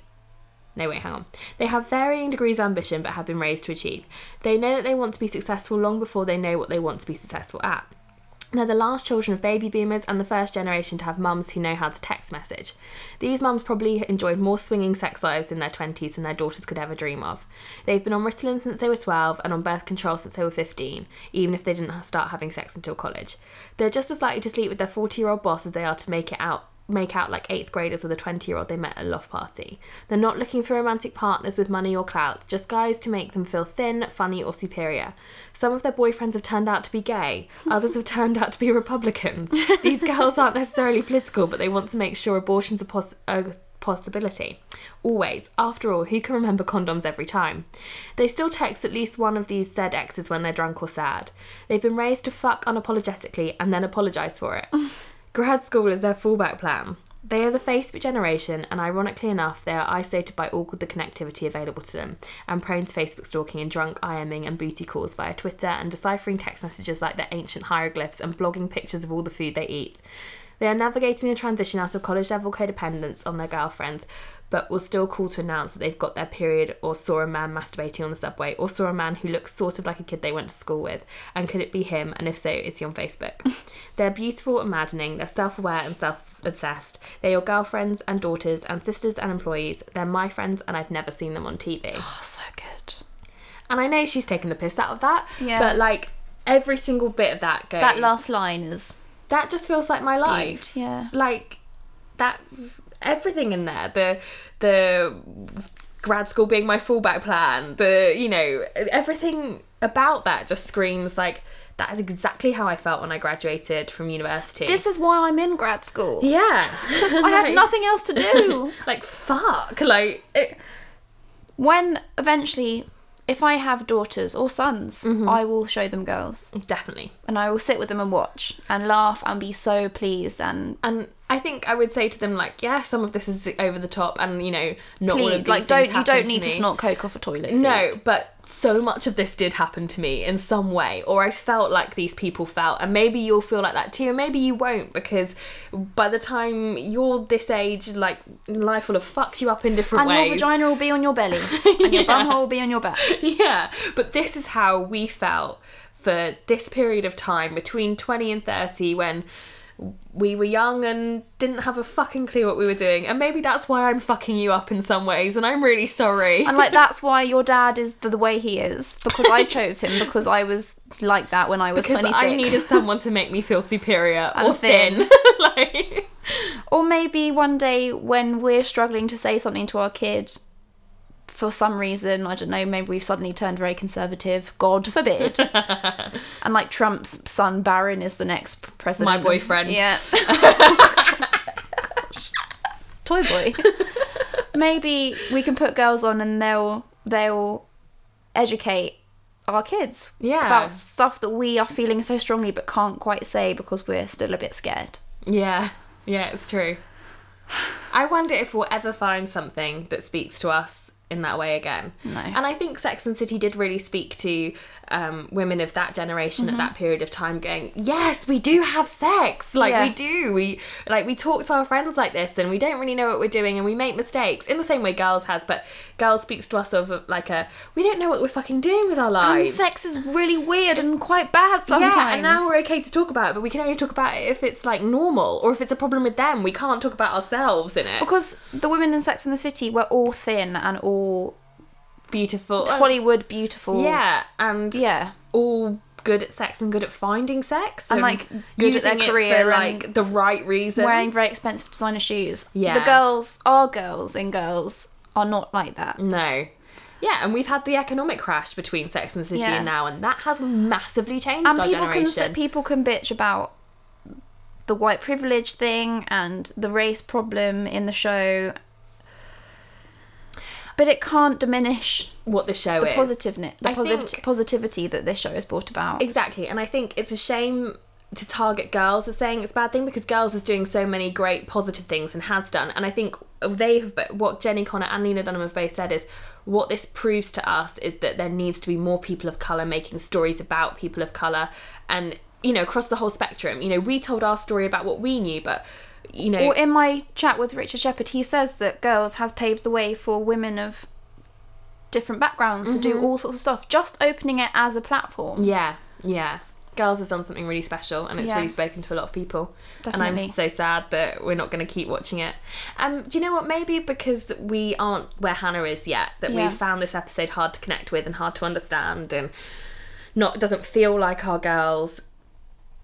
Speaker 2: No, wait, hang on. They have varying degrees of ambition but have been raised to achieve. They know that they want to be successful long before they know what they want to be successful at. They're the last children of baby boomers and the first generation to have mums who know how to text message. These mums probably enjoyed more swinging sex lives in their 20s than their daughters could ever dream of. They've been on Ritalin since they were 12 and on birth control since they were 15, even if they didn't ha- start having sex until college. They're just as likely to sleep with their 40 year old boss as they are to make it out make out like eighth graders with a 20 year old they met at a loft party. They're not looking for romantic partners with money or clout, just guys to make them feel thin, funny, or superior. Some of their boyfriends have turned out to be gay, others have turned out to be Republicans. These girls aren't necessarily political, but they want to make sure abortions are possible. Possibility. Always. After all, who can remember condoms every time? They still text at least one of these said exes when they're drunk or sad. They've been raised to fuck unapologetically and then apologise for it. Grad school is their fallback plan. They are the Facebook generation, and ironically enough, they are isolated by all the connectivity available to them and prone to Facebook stalking and drunk IMing and booty calls via Twitter and deciphering text messages like their ancient hieroglyphs and blogging pictures of all the food they eat. They are navigating the transition out of college level codependence on their girlfriends, but will still call to announce that they've got their period or saw a man masturbating on the subway or saw a man who looks sort of like a kid they went to school with and could it be him and if so is he on facebook they're beautiful imagining they're self-aware and self-obsessed they're your girlfriends and daughters and sisters and employees they're my friends and i've never seen them on tv
Speaker 1: Oh, so good.
Speaker 2: and i know she's taking the piss out of that
Speaker 1: Yeah.
Speaker 2: but like every single bit of that goes
Speaker 1: That last line is
Speaker 2: that just feels like my life
Speaker 1: yeah.
Speaker 2: like that everything in there the the grad school being my fallback plan the you know everything about that just screams like that is exactly how I felt when I graduated from university
Speaker 1: This is why I'm in grad school.
Speaker 2: yeah
Speaker 1: I had nothing else to do.
Speaker 2: like fuck like it,
Speaker 1: when eventually, if I have daughters or sons,
Speaker 2: Mm-hmm.
Speaker 1: I will show them girls
Speaker 2: definitely
Speaker 1: and I will sit with them and watch and laugh and be so pleased and
Speaker 2: and I think I would say to them like yeah some of this is over the top and you know not all
Speaker 1: pleased.
Speaker 2: of these
Speaker 1: Like,
Speaker 2: things
Speaker 1: don't you
Speaker 2: happen
Speaker 1: don't need to,
Speaker 2: me.
Speaker 1: snort coke off a toilet.
Speaker 2: No,
Speaker 1: seat.
Speaker 2: but so much of this did happen to me in some way, or I felt like these people felt, and maybe you'll feel like that too, and maybe you won't, because by the time you're this age, like life will have fucked you up in different
Speaker 1: And your
Speaker 2: ways.
Speaker 1: vagina will be on your belly, and your bumhole will be on your back.
Speaker 2: yeah, but this is how we felt for this period of time between 20 and 30 when we were young and didn't have a fucking clue what we were doing and maybe that's why i'm fucking you up in some ways and i'm really sorry
Speaker 1: And like that's why your dad is the, the way he is because I chose him because I was like that when I was
Speaker 2: because
Speaker 1: 26.
Speaker 2: I needed someone to make me feel superior or
Speaker 1: thin.
Speaker 2: thin. like,
Speaker 1: Or maybe one day when we're struggling to say something to our kid for some reason, I don't know, maybe we've suddenly turned very conservative, God forbid. and like Trump's son Barron is the next p- president.
Speaker 2: My boyfriend.
Speaker 1: Yeah. Toy boy. maybe we can put girls on and they'll they'll educate our kids
Speaker 2: Yeah.
Speaker 1: about stuff that we are feeling so strongly but can't quite say because we're still a bit scared.
Speaker 2: yeah, yeah, it's true. I wonder if we'll ever find something that speaks to us in that way again.
Speaker 1: No.
Speaker 2: And I think Sex and City did really speak to um, women of that generation
Speaker 1: Mm-hmm.
Speaker 2: at that period of time, going, "Yes, we do have sex. Like
Speaker 1: Yeah.
Speaker 2: we do. We like we talk to our friends like this, and we don't really know what we're doing, and we make mistakes in the same way girls has. But girls speaks to us of like a we don't know what we're fucking doing with our
Speaker 1: And
Speaker 2: lives.
Speaker 1: sex is really weird and quite bad sometimes.
Speaker 2: Yeah, and now we're okay to talk about it, but we can only talk about it if it's like normal or if it's a problem with them. We can't talk about ourselves in it.
Speaker 1: because the women in Sex and the City were all thin and all
Speaker 2: Beautiful.
Speaker 1: Hollywood beautiful.
Speaker 2: Yeah, and
Speaker 1: Yeah.
Speaker 2: all good at sex and good at finding sex
Speaker 1: And, like, good at their
Speaker 2: using it
Speaker 1: career
Speaker 2: for,
Speaker 1: and
Speaker 2: like the right reasons.
Speaker 1: wearing very expensive designer shoes.
Speaker 2: Yeah.
Speaker 1: The girls, our girls in girls, are not like
Speaker 2: Mm,
Speaker 1: that.
Speaker 2: no. Yeah, and we've had the economic crash between Sex and the City
Speaker 1: Yeah.
Speaker 2: and now, and that has massively changed
Speaker 1: And
Speaker 2: our
Speaker 1: people can
Speaker 2: generation.
Speaker 1: s- people can bitch about the white privilege thing and the race problem in the show, but it can't diminish
Speaker 2: what the show
Speaker 1: the
Speaker 2: is.
Speaker 1: positiveness, the
Speaker 2: I
Speaker 1: posit-
Speaker 2: think-
Speaker 1: positivity that this show has brought about.
Speaker 2: Exactly, and I think it's a shame to target girls as saying it's a bad thing because girls is doing so many great positive things and has done, and I think they have. But what Jenny Connor and Lena Dunham have both said is what this proves to us is that there needs to be more people of color making stories about people of color, and you know across the whole spectrum. You know, we told our story about what we knew, but you know,
Speaker 1: Well, in my chat with Richard Shepherd, he says that girls has paved the way for women of different backgrounds to do all sorts of stuff. Just opening it as a platform.
Speaker 2: Yeah, yeah. Girls has done something really special and it's
Speaker 1: Yeah.
Speaker 2: really spoken to a lot of people. And I'm
Speaker 1: Definitely.
Speaker 2: so sad that we're not going to keep watching it. Um, do you know what? Maybe because we aren't where Hannah is yet, that
Speaker 1: Yeah.
Speaker 2: we've found this episode hard to connect with and hard to understand and not doesn't feel like our girls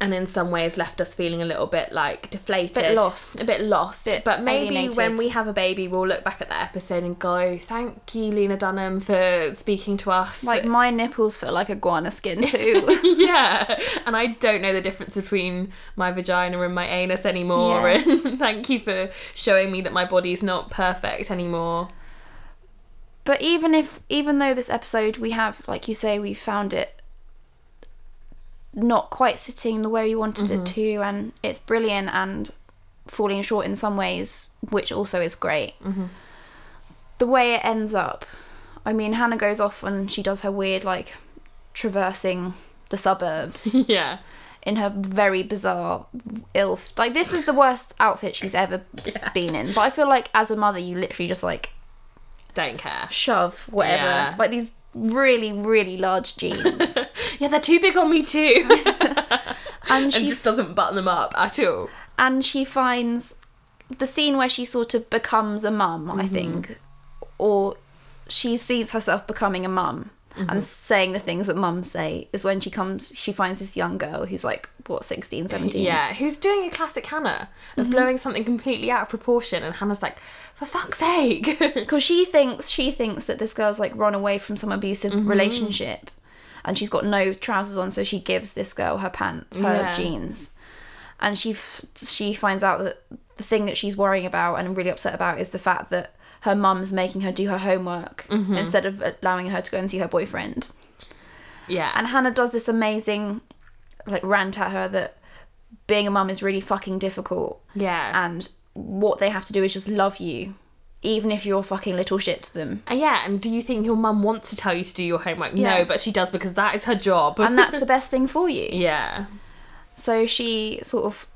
Speaker 2: and in some ways left us feeling a little bit like deflated
Speaker 1: Bit lost.
Speaker 2: a bit lost
Speaker 1: Bit
Speaker 2: but maybe
Speaker 1: alienated.
Speaker 2: when we have a baby we'll look back at that episode and go thank you lena dunham for speaking to us
Speaker 1: Like my nipples feel like iguana skin too.
Speaker 2: yeah and i don't know the difference between my vagina and my anus anymore
Speaker 1: Yeah.
Speaker 2: and thank you for showing me that my body's not perfect anymore
Speaker 1: but even if, even though this episode we have, like you say, we found it not quite sitting the way we wanted it to, and it's brilliant and falling short in some ways, which also is great. The way it ends up, I mean, Hannah goes off and she does her weird, like, traversing the suburbs
Speaker 2: yeah
Speaker 1: in her very bizarre ill like this is the worst outfit she's ever been in but i feel like as a mother you literally just like
Speaker 2: don't care
Speaker 1: shove whatever
Speaker 2: Yeah.
Speaker 1: like these really really large jeans
Speaker 2: yeah they're too big on me too
Speaker 1: and
Speaker 2: and
Speaker 1: she
Speaker 2: just doesn't button them up at all
Speaker 1: and she finds the scene where she sort of becomes a mum i think or she sees herself becoming a mum and saying the things that mums say is when she comes she finds this young girl who's like what 16 17
Speaker 2: yeah Mm-hmm. who's doing a classic hannah of blowing something completely out of proportion and hannah's like for fuck's sake
Speaker 1: because she thinks she thinks that this girl's like run away from some abusive
Speaker 2: Mm-hmm.
Speaker 1: relationship and she's got no trousers on so she gives this girl her pants her
Speaker 2: Yeah.
Speaker 1: jeans and she f- she finds out that the thing that she's worrying about and really upset about is the fact that her mum's making her do her homework
Speaker 2: Mm-hmm.
Speaker 1: instead of allowing her to go and see her boyfriend
Speaker 2: yeah
Speaker 1: and Hannah does this amazing like rant at her that being a mum is really fucking difficult
Speaker 2: yeah
Speaker 1: and what they have to do is just love you even if you're fucking little shit to them
Speaker 2: Uh, yeah, and do you think your mum wants to tell you to do your homework?
Speaker 1: Yeah.
Speaker 2: No, but she does because that is her job.
Speaker 1: and that's the best thing for you.
Speaker 2: yeah.
Speaker 1: So she sort of,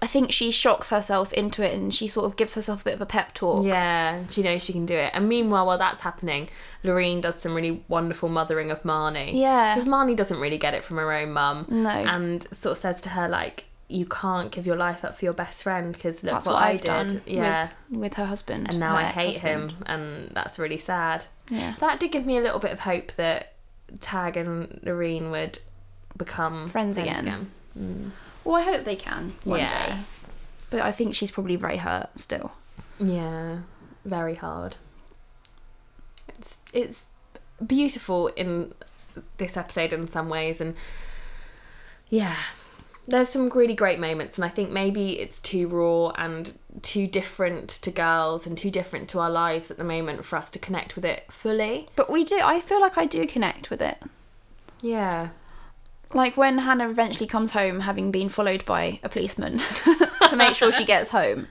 Speaker 1: I think she shocks herself into it and she sort of gives herself a bit of a pep talk.
Speaker 2: Yeah, she knows she can do it. And meanwhile, while that's happening, Loreen does some really wonderful mothering of Marnie.
Speaker 1: Yeah.
Speaker 2: Because Marnie doesn't really get it from her own mum.
Speaker 1: No.
Speaker 2: And sort of says to her, like, you can't give your life up for your best friend because look
Speaker 1: that's
Speaker 2: what,
Speaker 1: what,
Speaker 2: I
Speaker 1: I've
Speaker 2: did.
Speaker 1: done
Speaker 2: yeah.
Speaker 1: with, with her husband.
Speaker 2: and now
Speaker 1: her
Speaker 2: I hate
Speaker 1: ex-husband.
Speaker 2: him. And that's really sad.
Speaker 1: Yeah.
Speaker 2: That did give me a little bit of hope that Tag and Loreen would become
Speaker 1: Friends again. Well, I hope they can one
Speaker 2: Yeah.
Speaker 1: day. But I think she's probably very hurt still.
Speaker 2: Yeah, very hard. It's it's beautiful in this episode in some ways, and yeah, there's some really great moments, and I think maybe it's too raw and too different to girls and too different to our lives at the moment for us to connect with it fully.
Speaker 1: But we do. I feel like I do connect with it.
Speaker 2: Yeah.
Speaker 1: Like when Hannah eventually comes home, having been followed by a policeman to make sure she gets home.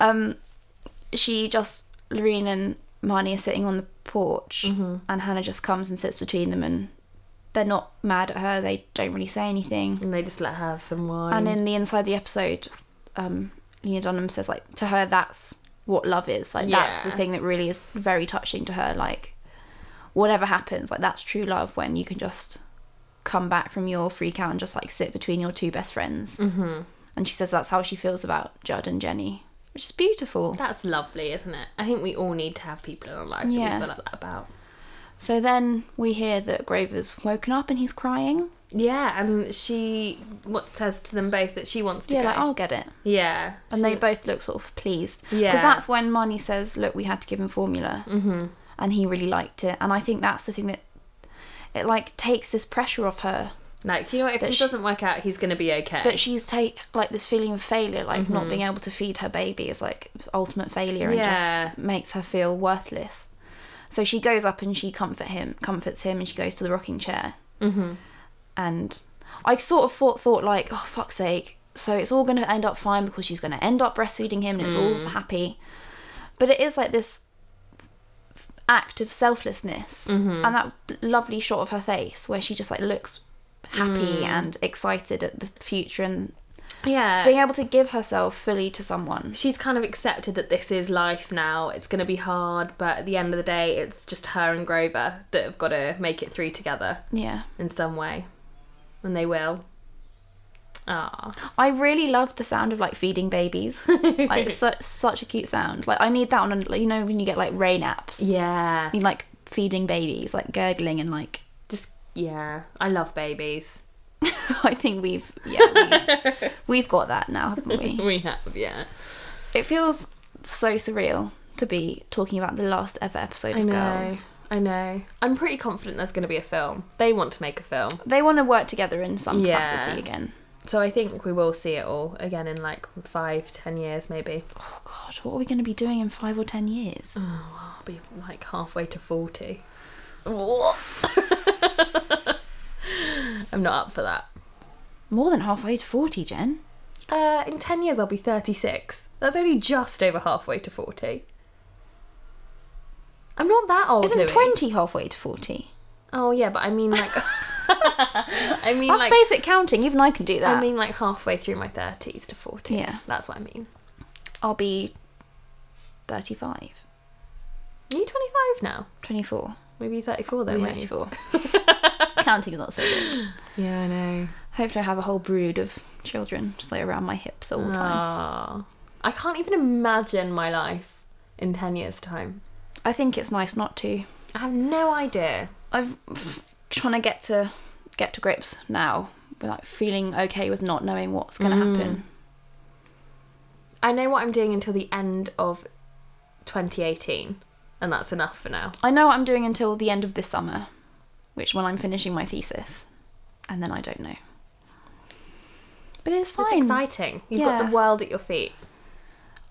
Speaker 1: Um, she just Lorene and Marnie are sitting on the porch, and Hannah just comes and sits between them, and they're not mad at her. They don't really say anything.
Speaker 2: And they just let her have some wine.
Speaker 1: And in the inside the episode, um, Lena Dunham says like to her, "That's what love is. Like that's the
Speaker 2: Yeah.
Speaker 1: thing that really is very touching to her. Like whatever happens, like that's true love when you can just come back from your freak out and just like sit between your two best friends." Mm-hmm. And she says that's how she feels about Judd and Jenny, which is beautiful.
Speaker 2: that's lovely, isn't it? I think we all need to have people in our lives that
Speaker 1: Yeah.
Speaker 2: we feel like that about.
Speaker 1: So then we hear that Grover's woken up and he's crying.
Speaker 2: Yeah, and she what says to them both that she wants to
Speaker 1: Yeah,
Speaker 2: go.
Speaker 1: like I'll get it.
Speaker 2: yeah,
Speaker 1: And they both look sort of pleased.
Speaker 2: Yeah.
Speaker 1: Because that's when Marnie says, look, we had to give him formula. Mm-hmm. And he really liked it. And I think that's the thing that it like takes this pressure off her
Speaker 2: like, you know, what? if
Speaker 1: that
Speaker 2: this
Speaker 1: she-
Speaker 2: doesn't work out, he's gonna be okay.
Speaker 1: that she's take like this feeling of failure, like not being able to feed her baby is like ultimate failure and
Speaker 2: Yeah.
Speaker 1: just makes her feel worthless. So she goes up and she comfort him, comforts him, and she goes to the rocking chair. Mm-hmm. And I sort of thought, thought like, oh fuck's sake! So it's all going to end up fine because she's going to end up breastfeeding him, and it's all happy. But it is like this act of selflessness, and that lovely shot of her face where she just like looks happy and excited at the future and
Speaker 2: yeah,
Speaker 1: being able to give herself fully to someone.
Speaker 2: she's kind of accepted that this is life now. It's gonna be hard, but at the end of the day, it's just her and Grover that have got to make it through together
Speaker 1: Yeah.
Speaker 2: in some way, and they will. Ah,
Speaker 1: I really love the sound of like feeding babies. like it's such such a cute sound. Like I need that on a, you know when you get like rain apps.
Speaker 2: yeah,
Speaker 1: You like feeding babies, like gurgling and like
Speaker 2: just yeah. I love babies.
Speaker 1: I think we've yeah, we've, we've got that now, haven't we?
Speaker 2: We have, yeah.
Speaker 1: It feels so surreal to be talking about the last ever episode
Speaker 2: I
Speaker 1: of
Speaker 2: know.
Speaker 1: Girls.
Speaker 2: I know. I'm pretty confident there's going to be a film. They want to make a film.
Speaker 1: They want to work together in some
Speaker 2: Yeah.
Speaker 1: capacity again.
Speaker 2: So I think we will see it all again in like five, ten years maybe.
Speaker 1: Oh god, what are we going to be doing in 5 or 10 years?
Speaker 2: Mm. I'll be like halfway to 40. I'm not up for that.
Speaker 1: More than halfway to 40, Jen.
Speaker 2: Uh, in 10 years, I'll be 36. That's only just over halfway to 40. I'm not that old.
Speaker 1: Isn't
Speaker 2: Louis.
Speaker 1: 20 halfway to 40?
Speaker 2: Oh, yeah, but I mean, like. I mean,
Speaker 1: That's
Speaker 2: like.
Speaker 1: basic counting. Even I can do that.
Speaker 2: I mean, like halfway through my 30s to 40.
Speaker 1: Yeah.
Speaker 2: That's what I mean.
Speaker 1: I'll be 35,
Speaker 2: Are you 25 now?
Speaker 1: 24,
Speaker 2: Maybe 34 then,
Speaker 1: maybe
Speaker 2: weren't you?
Speaker 1: 34. Counting's not so good.
Speaker 2: Yeah, I know.
Speaker 1: Hopefully, I have a whole brood of children just like around my hips
Speaker 2: Ah.
Speaker 1: all the time.
Speaker 2: Aw. I can't even imagine my life in 10 years' time.
Speaker 1: I think it's nice not to.
Speaker 2: I have no idea.
Speaker 1: I'm trying to get to get to grips now, with like feeling okay with not knowing what's going to happen.
Speaker 2: I know what I'm doing until the end of 2018, and that's enough for now.
Speaker 1: I know what I'm doing until the end of this summer, which when I'm finishing my thesis, and then I don't know. But it's fine.
Speaker 2: It's exciting. You've got
Speaker 1: Yeah.
Speaker 2: the world at your feet.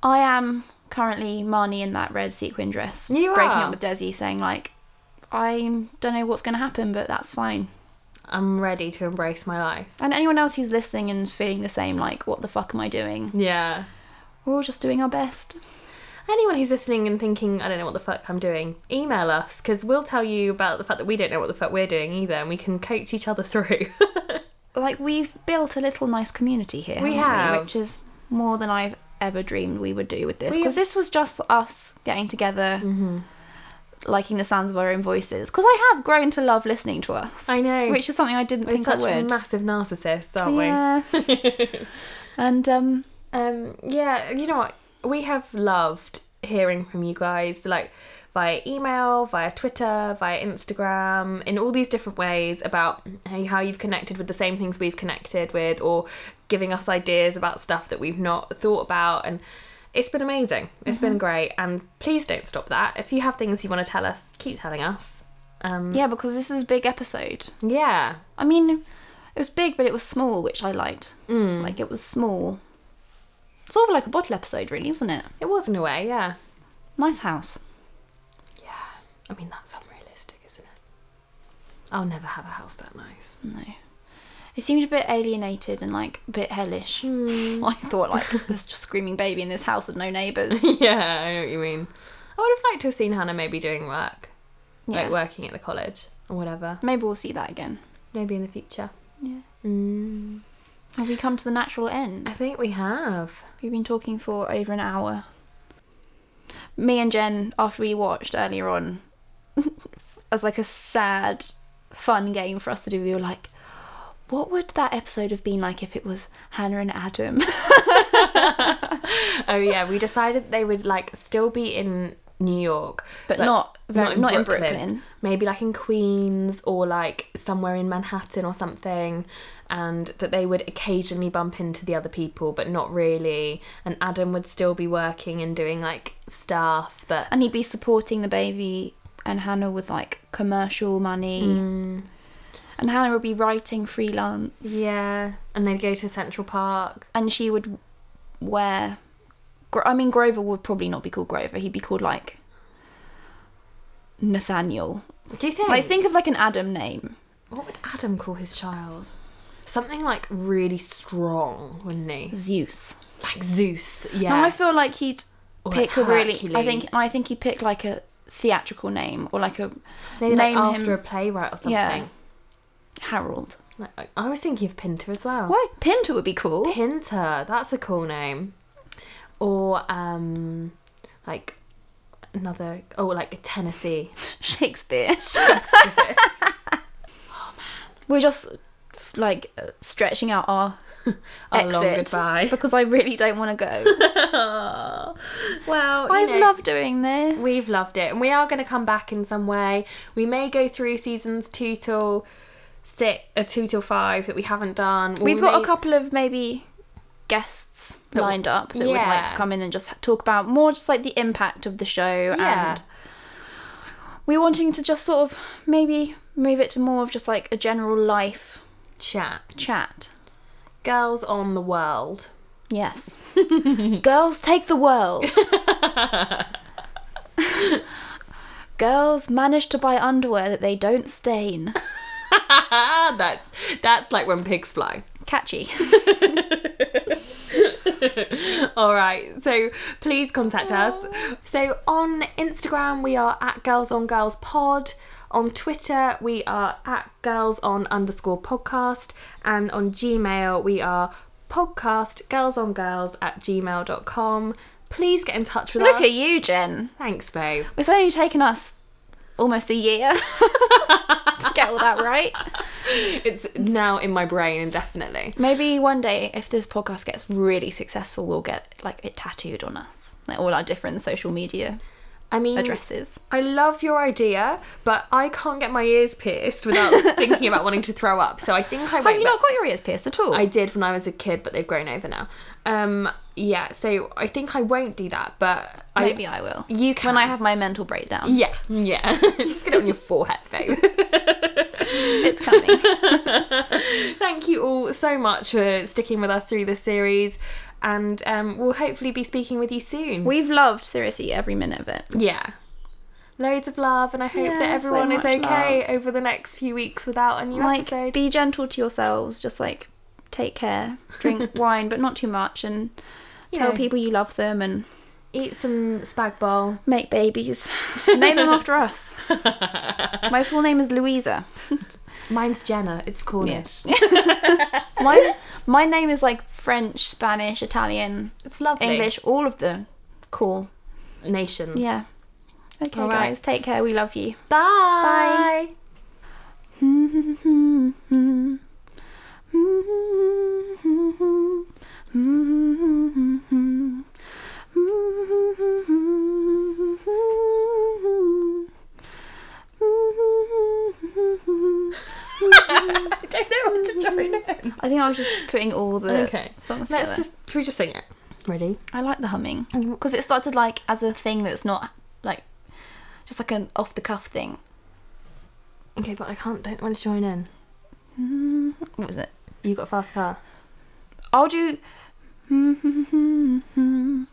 Speaker 1: I am currently Marnie in that red sequin dress,
Speaker 2: You
Speaker 1: breaking
Speaker 2: are.
Speaker 1: up with Desi, saying like, "I don't know what's going to happen, but that's fine."
Speaker 2: I'm ready to embrace my life.
Speaker 1: And anyone else who's listening and is feeling the same, like, "What the fuck am I doing?"
Speaker 2: Yeah.
Speaker 1: We're all just doing our best.
Speaker 2: Anyone who's listening and thinking, I don't know what the fuck I'm doing, email us because we'll tell you about the fact that we don't know what the fuck we're doing either and we can coach each other through.
Speaker 1: Like we've built a little nice community here.
Speaker 2: We
Speaker 1: haven't
Speaker 2: have.
Speaker 1: which is more than I've ever dreamed we would do with this,
Speaker 2: We- Mm-hmm.
Speaker 1: because this was just us getting together. Liking the sounds of our own voices, because I have grown to love listening to us.
Speaker 2: I know.
Speaker 1: which is something I didn't
Speaker 2: We're
Speaker 1: think
Speaker 2: such
Speaker 1: I would.
Speaker 2: massive narcissists, aren't we?
Speaker 1: yeah. and um,
Speaker 2: Um, yeah, you know what? We have loved hearing from you guys, like via email, via Twitter, via Instagram, in all these different ways about hey, how you've connected with the same things we've connected with, or giving us ideas about stuff that we've not thought about. And it's been amazing. It's been great. And please don't stop that. If you have things you want to tell us, keep telling us. Um,
Speaker 1: yeah, because this is a big episode.
Speaker 2: yeah.
Speaker 1: I mean, it was big, but it was small, which I liked. Mm. Like it was small, sort of like a bottle episode, really, wasn't it?
Speaker 2: It was in a way, yeah.
Speaker 1: Nice house.
Speaker 2: Yeah. I mean, that's unrealistic, isn't it? I'll never have a house that nice.
Speaker 1: No, it seemed a bit alienated and like a bit hellish.
Speaker 2: Hmm.
Speaker 1: I thought like there's just screaming baby in this house with no neighbours.
Speaker 2: yeah, I know what you mean. I would have liked to have seen Hannah maybe doing work,
Speaker 1: Yeah,
Speaker 2: like working at the college or whatever,
Speaker 1: maybe we'll see that again.
Speaker 2: maybe in the future.
Speaker 1: Yeah. Hmm.
Speaker 2: Mm.
Speaker 1: Have we come to the natural end?
Speaker 2: I think we have.
Speaker 1: We've been talking for over an hour. Me and Jen, after we watched earlier on, as like a sad, fun game for us to do, we were like, what would that episode have been like if it was Hannah and Adam?
Speaker 2: Oh yeah, we decided they would like still be in New York,
Speaker 1: But
Speaker 2: like,
Speaker 1: not very- not in Brooklyn.
Speaker 2: Maybe like in Queens or like somewhere in Manhattan or something, and that they would occasionally bump into the other people, but not really. And Adam would still be working and doing like stuff, but
Speaker 1: and he'd be supporting the baby and Hannah with like commercial money.
Speaker 2: hmm.
Speaker 1: And Hannah would be writing freelance.
Speaker 2: yeah. And they'd go to Central Park.
Speaker 1: And she would wear. Gro- I mean, Grover would probably not be called Grover. He'd be called like Nathaniel.
Speaker 2: Do you think?
Speaker 1: Like, think of like an Adam name.
Speaker 2: what would Adam call his child? Something like really strong, wouldn't he?
Speaker 1: Zeus.
Speaker 2: Like Zeus. Yeah.
Speaker 1: Now I feel like he'd
Speaker 2: Or, like,
Speaker 1: pick a really. I
Speaker 2: Hercules.
Speaker 1: think I think he picked like a theatrical name or like a
Speaker 2: Maybe like
Speaker 1: name
Speaker 2: after
Speaker 1: him
Speaker 2: a playwright or something.
Speaker 1: Yeah. Harold.
Speaker 2: Like, I- I was thinking of Pinter as well.
Speaker 1: Why Pinter would be cool.
Speaker 2: Pinter, that's a cool name. Or um like another oh like Tennessee.
Speaker 1: Shakespeare. We're just like uh, stretching out our
Speaker 2: Our
Speaker 1: exit
Speaker 2: long goodbye.
Speaker 1: because I really don't want to go.
Speaker 2: Well,
Speaker 1: I've loved doing this.
Speaker 2: We've loved it, and we are going to come back in some way. We may go through seasons two till six, uh, two till five that we haven't done. Or
Speaker 1: We've
Speaker 2: we
Speaker 1: got
Speaker 2: may-
Speaker 1: a couple of maybe guests lined up that would like
Speaker 2: yeah.
Speaker 1: to come in and just talk about more just like the impact of the show
Speaker 2: Yeah.
Speaker 1: and we're wanting to just sort of maybe move it to more of just like a general life
Speaker 2: chat.
Speaker 1: chat.
Speaker 2: Girls on the world.
Speaker 1: Yes. Girls take the world. Girls manage to buy underwear that they don't stain.
Speaker 2: that's that's like when pigs fly.
Speaker 1: Catchy.
Speaker 2: All right. So please contact us. So on Instagram, we are at Girls on Girls Pod. On Twitter, we are at Girls on underscore podcast. And on Gmail, we are podcast girls on girls at gmail.com. Please get in touch with
Speaker 1: Look
Speaker 2: us.
Speaker 1: at you, Jen.
Speaker 2: Thanks, babe.
Speaker 1: It's only taken us almost a year to get all that right.
Speaker 2: It's now in my brain indefinitely.
Speaker 1: Maybe one day, if this podcast gets really successful, we'll get like it tattooed on us, like all our different social media
Speaker 2: I mean,
Speaker 1: addresses.
Speaker 2: I love your idea, but I can't get my ears pierced without thinking about wanting to throw up. So I think I won't.
Speaker 1: Have you
Speaker 2: but-
Speaker 1: not got your ears pierced at all?
Speaker 2: I did when I was a kid, but they've grown over now. Um, yeah, so I think I won't do that, but
Speaker 1: Maybe
Speaker 2: I,
Speaker 1: I will.
Speaker 2: you can.
Speaker 1: When I have my mental breakdown,
Speaker 2: yeah, yeah, just get it on your forehead, babe.
Speaker 1: it's coming.
Speaker 2: Thank you all so much for sticking with us through this series, and um, we'll hopefully be speaking with you soon.
Speaker 1: We've loved seriously every minute of it.
Speaker 2: yeah. Loads of love, and I hope
Speaker 1: Yeah,
Speaker 2: that
Speaker 1: so
Speaker 2: everyone is
Speaker 1: much
Speaker 2: okay over the next few weeks without a new
Speaker 1: Like,
Speaker 2: episode.
Speaker 1: be gentle to yourselves. Just like take care, drink wine, but not too much, and
Speaker 2: You
Speaker 1: tell
Speaker 2: know.
Speaker 1: people you love them and
Speaker 2: Eat some spag bol.
Speaker 1: make babies. Name them after us. My full name is Louisa.
Speaker 2: Mine's Jenna. It's Cornish.
Speaker 1: My my name is like French, Spanish, Italian,
Speaker 2: It's lovely.
Speaker 1: English, all of the cool.
Speaker 2: nations.
Speaker 1: Yeah. Okay,
Speaker 2: All right.
Speaker 1: guys, take care. We love you.
Speaker 2: Bye. Bye. Mm-hmm.
Speaker 1: I think I was just putting all the
Speaker 2: Okay.
Speaker 1: songs
Speaker 2: Let's
Speaker 1: together.
Speaker 2: just should we just sing it? Oh, Ready?
Speaker 1: I like the humming because it started like as a thing that's not like just like an off the cuff thing.
Speaker 2: Okay, but I can't don't want to join in.
Speaker 1: What was it?
Speaker 2: You got a fast car.
Speaker 1: I'll do. Mm-hmm.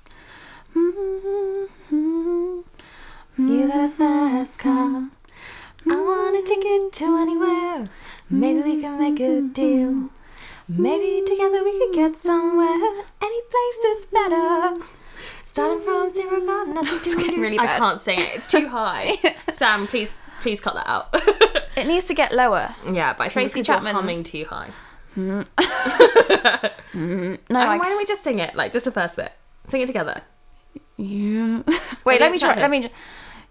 Speaker 2: You got a fast car. I want a ticket to anywhere. Maybe we can make a deal. Maybe together we could get somewhere. Any place that's better. Starting from zero, got nothing to
Speaker 1: getting
Speaker 2: lose.
Speaker 1: really
Speaker 2: I
Speaker 1: bad.
Speaker 2: can't sing it. It's too high. Sam, please, please cut that out.
Speaker 1: It needs to get lower.
Speaker 2: yeah, but I think
Speaker 1: Tracy
Speaker 2: because you're
Speaker 1: Chapman's.
Speaker 2: humming too high.
Speaker 1: No,
Speaker 2: And
Speaker 1: I.
Speaker 2: why don't we just sing it? Like just the first bit. Sing it together.
Speaker 1: Yeah. Wait, let me try.
Speaker 2: try.
Speaker 1: Let me. ju-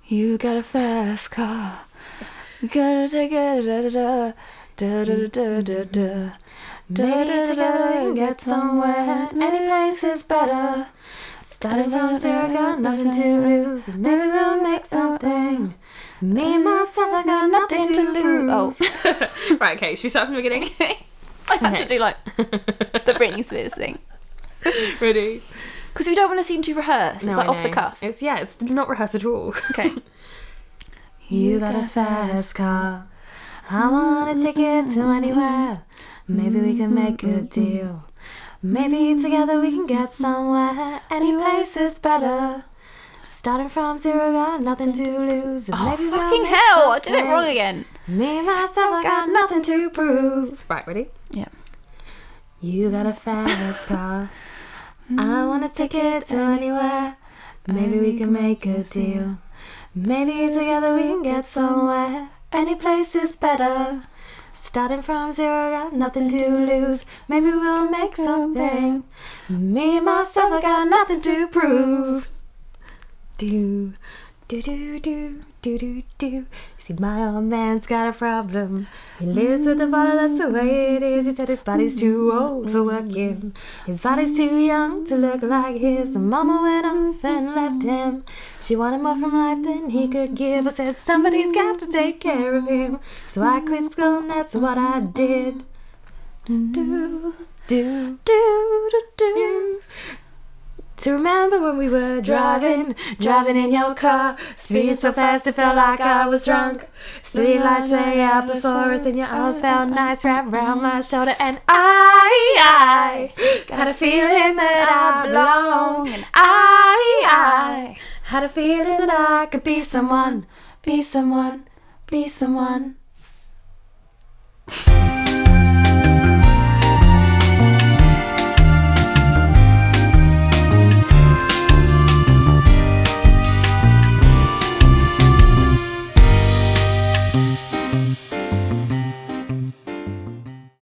Speaker 1: You got a fast car. You gotta take it. Da da da da da da da da. Mm-hmm.
Speaker 2: Maybe together we can get somewhere. Any place is better. Starting from zero, got nothing to lose. Maybe we'll make something. Me and myself, I
Speaker 1: Mm-hmm.
Speaker 2: got nothing to lose.
Speaker 1: Oh,
Speaker 2: right, okay, should we start from the beginning?
Speaker 1: I had to do like the Britney Spears thing
Speaker 2: Ready?
Speaker 1: because we don't want to seem too rehearsed. It's
Speaker 2: No,
Speaker 1: like
Speaker 2: I
Speaker 1: off the
Speaker 2: know.
Speaker 1: cuff.
Speaker 2: It's yeah, it's not rehearsed at all.
Speaker 1: Okay.
Speaker 2: You got a fast car. I wanna take it to anywhere. Maybe we can make a
Speaker 1: Mm-hmm.
Speaker 2: deal. Maybe together we can get somewhere. Any place is better. Starting from zero, got nothing to lose. and
Speaker 1: Oh,
Speaker 2: maybe we'll
Speaker 1: fucking
Speaker 2: make
Speaker 1: hell! I did it
Speaker 2: something.
Speaker 1: wrong again.
Speaker 2: Me myself, I got nothing to prove. Right, ready?
Speaker 1: Yeah.
Speaker 2: You got a fast car. I wanna take it to anywhere. Maybe we can make a deal. Maybe together we can get somewhere. Any place is better. Starting from zero, got nothing to lose. Maybe we'll make something. Me myself, I got nothing to prove. Do, do, do, do, do, do, do. See, my old man's got a problem. He lives with a father, that's the way it is. He said his body's too old for working. His body's too young to look like his. And mama went off and left him. She wanted more from life than he could give. I said, somebody's got to take care of him. So I quit school, and that's what I did. Do, do,
Speaker 1: Do do do.
Speaker 2: to remember when we were driving, driving in your car, speeding so fast it felt like I was drunk. Street lights lay out before us, and your arms felt nice wrapped round my shoulder, and I, I got a feeling that I belong, and I, I had a feeling that I could be someone, be someone, be someone.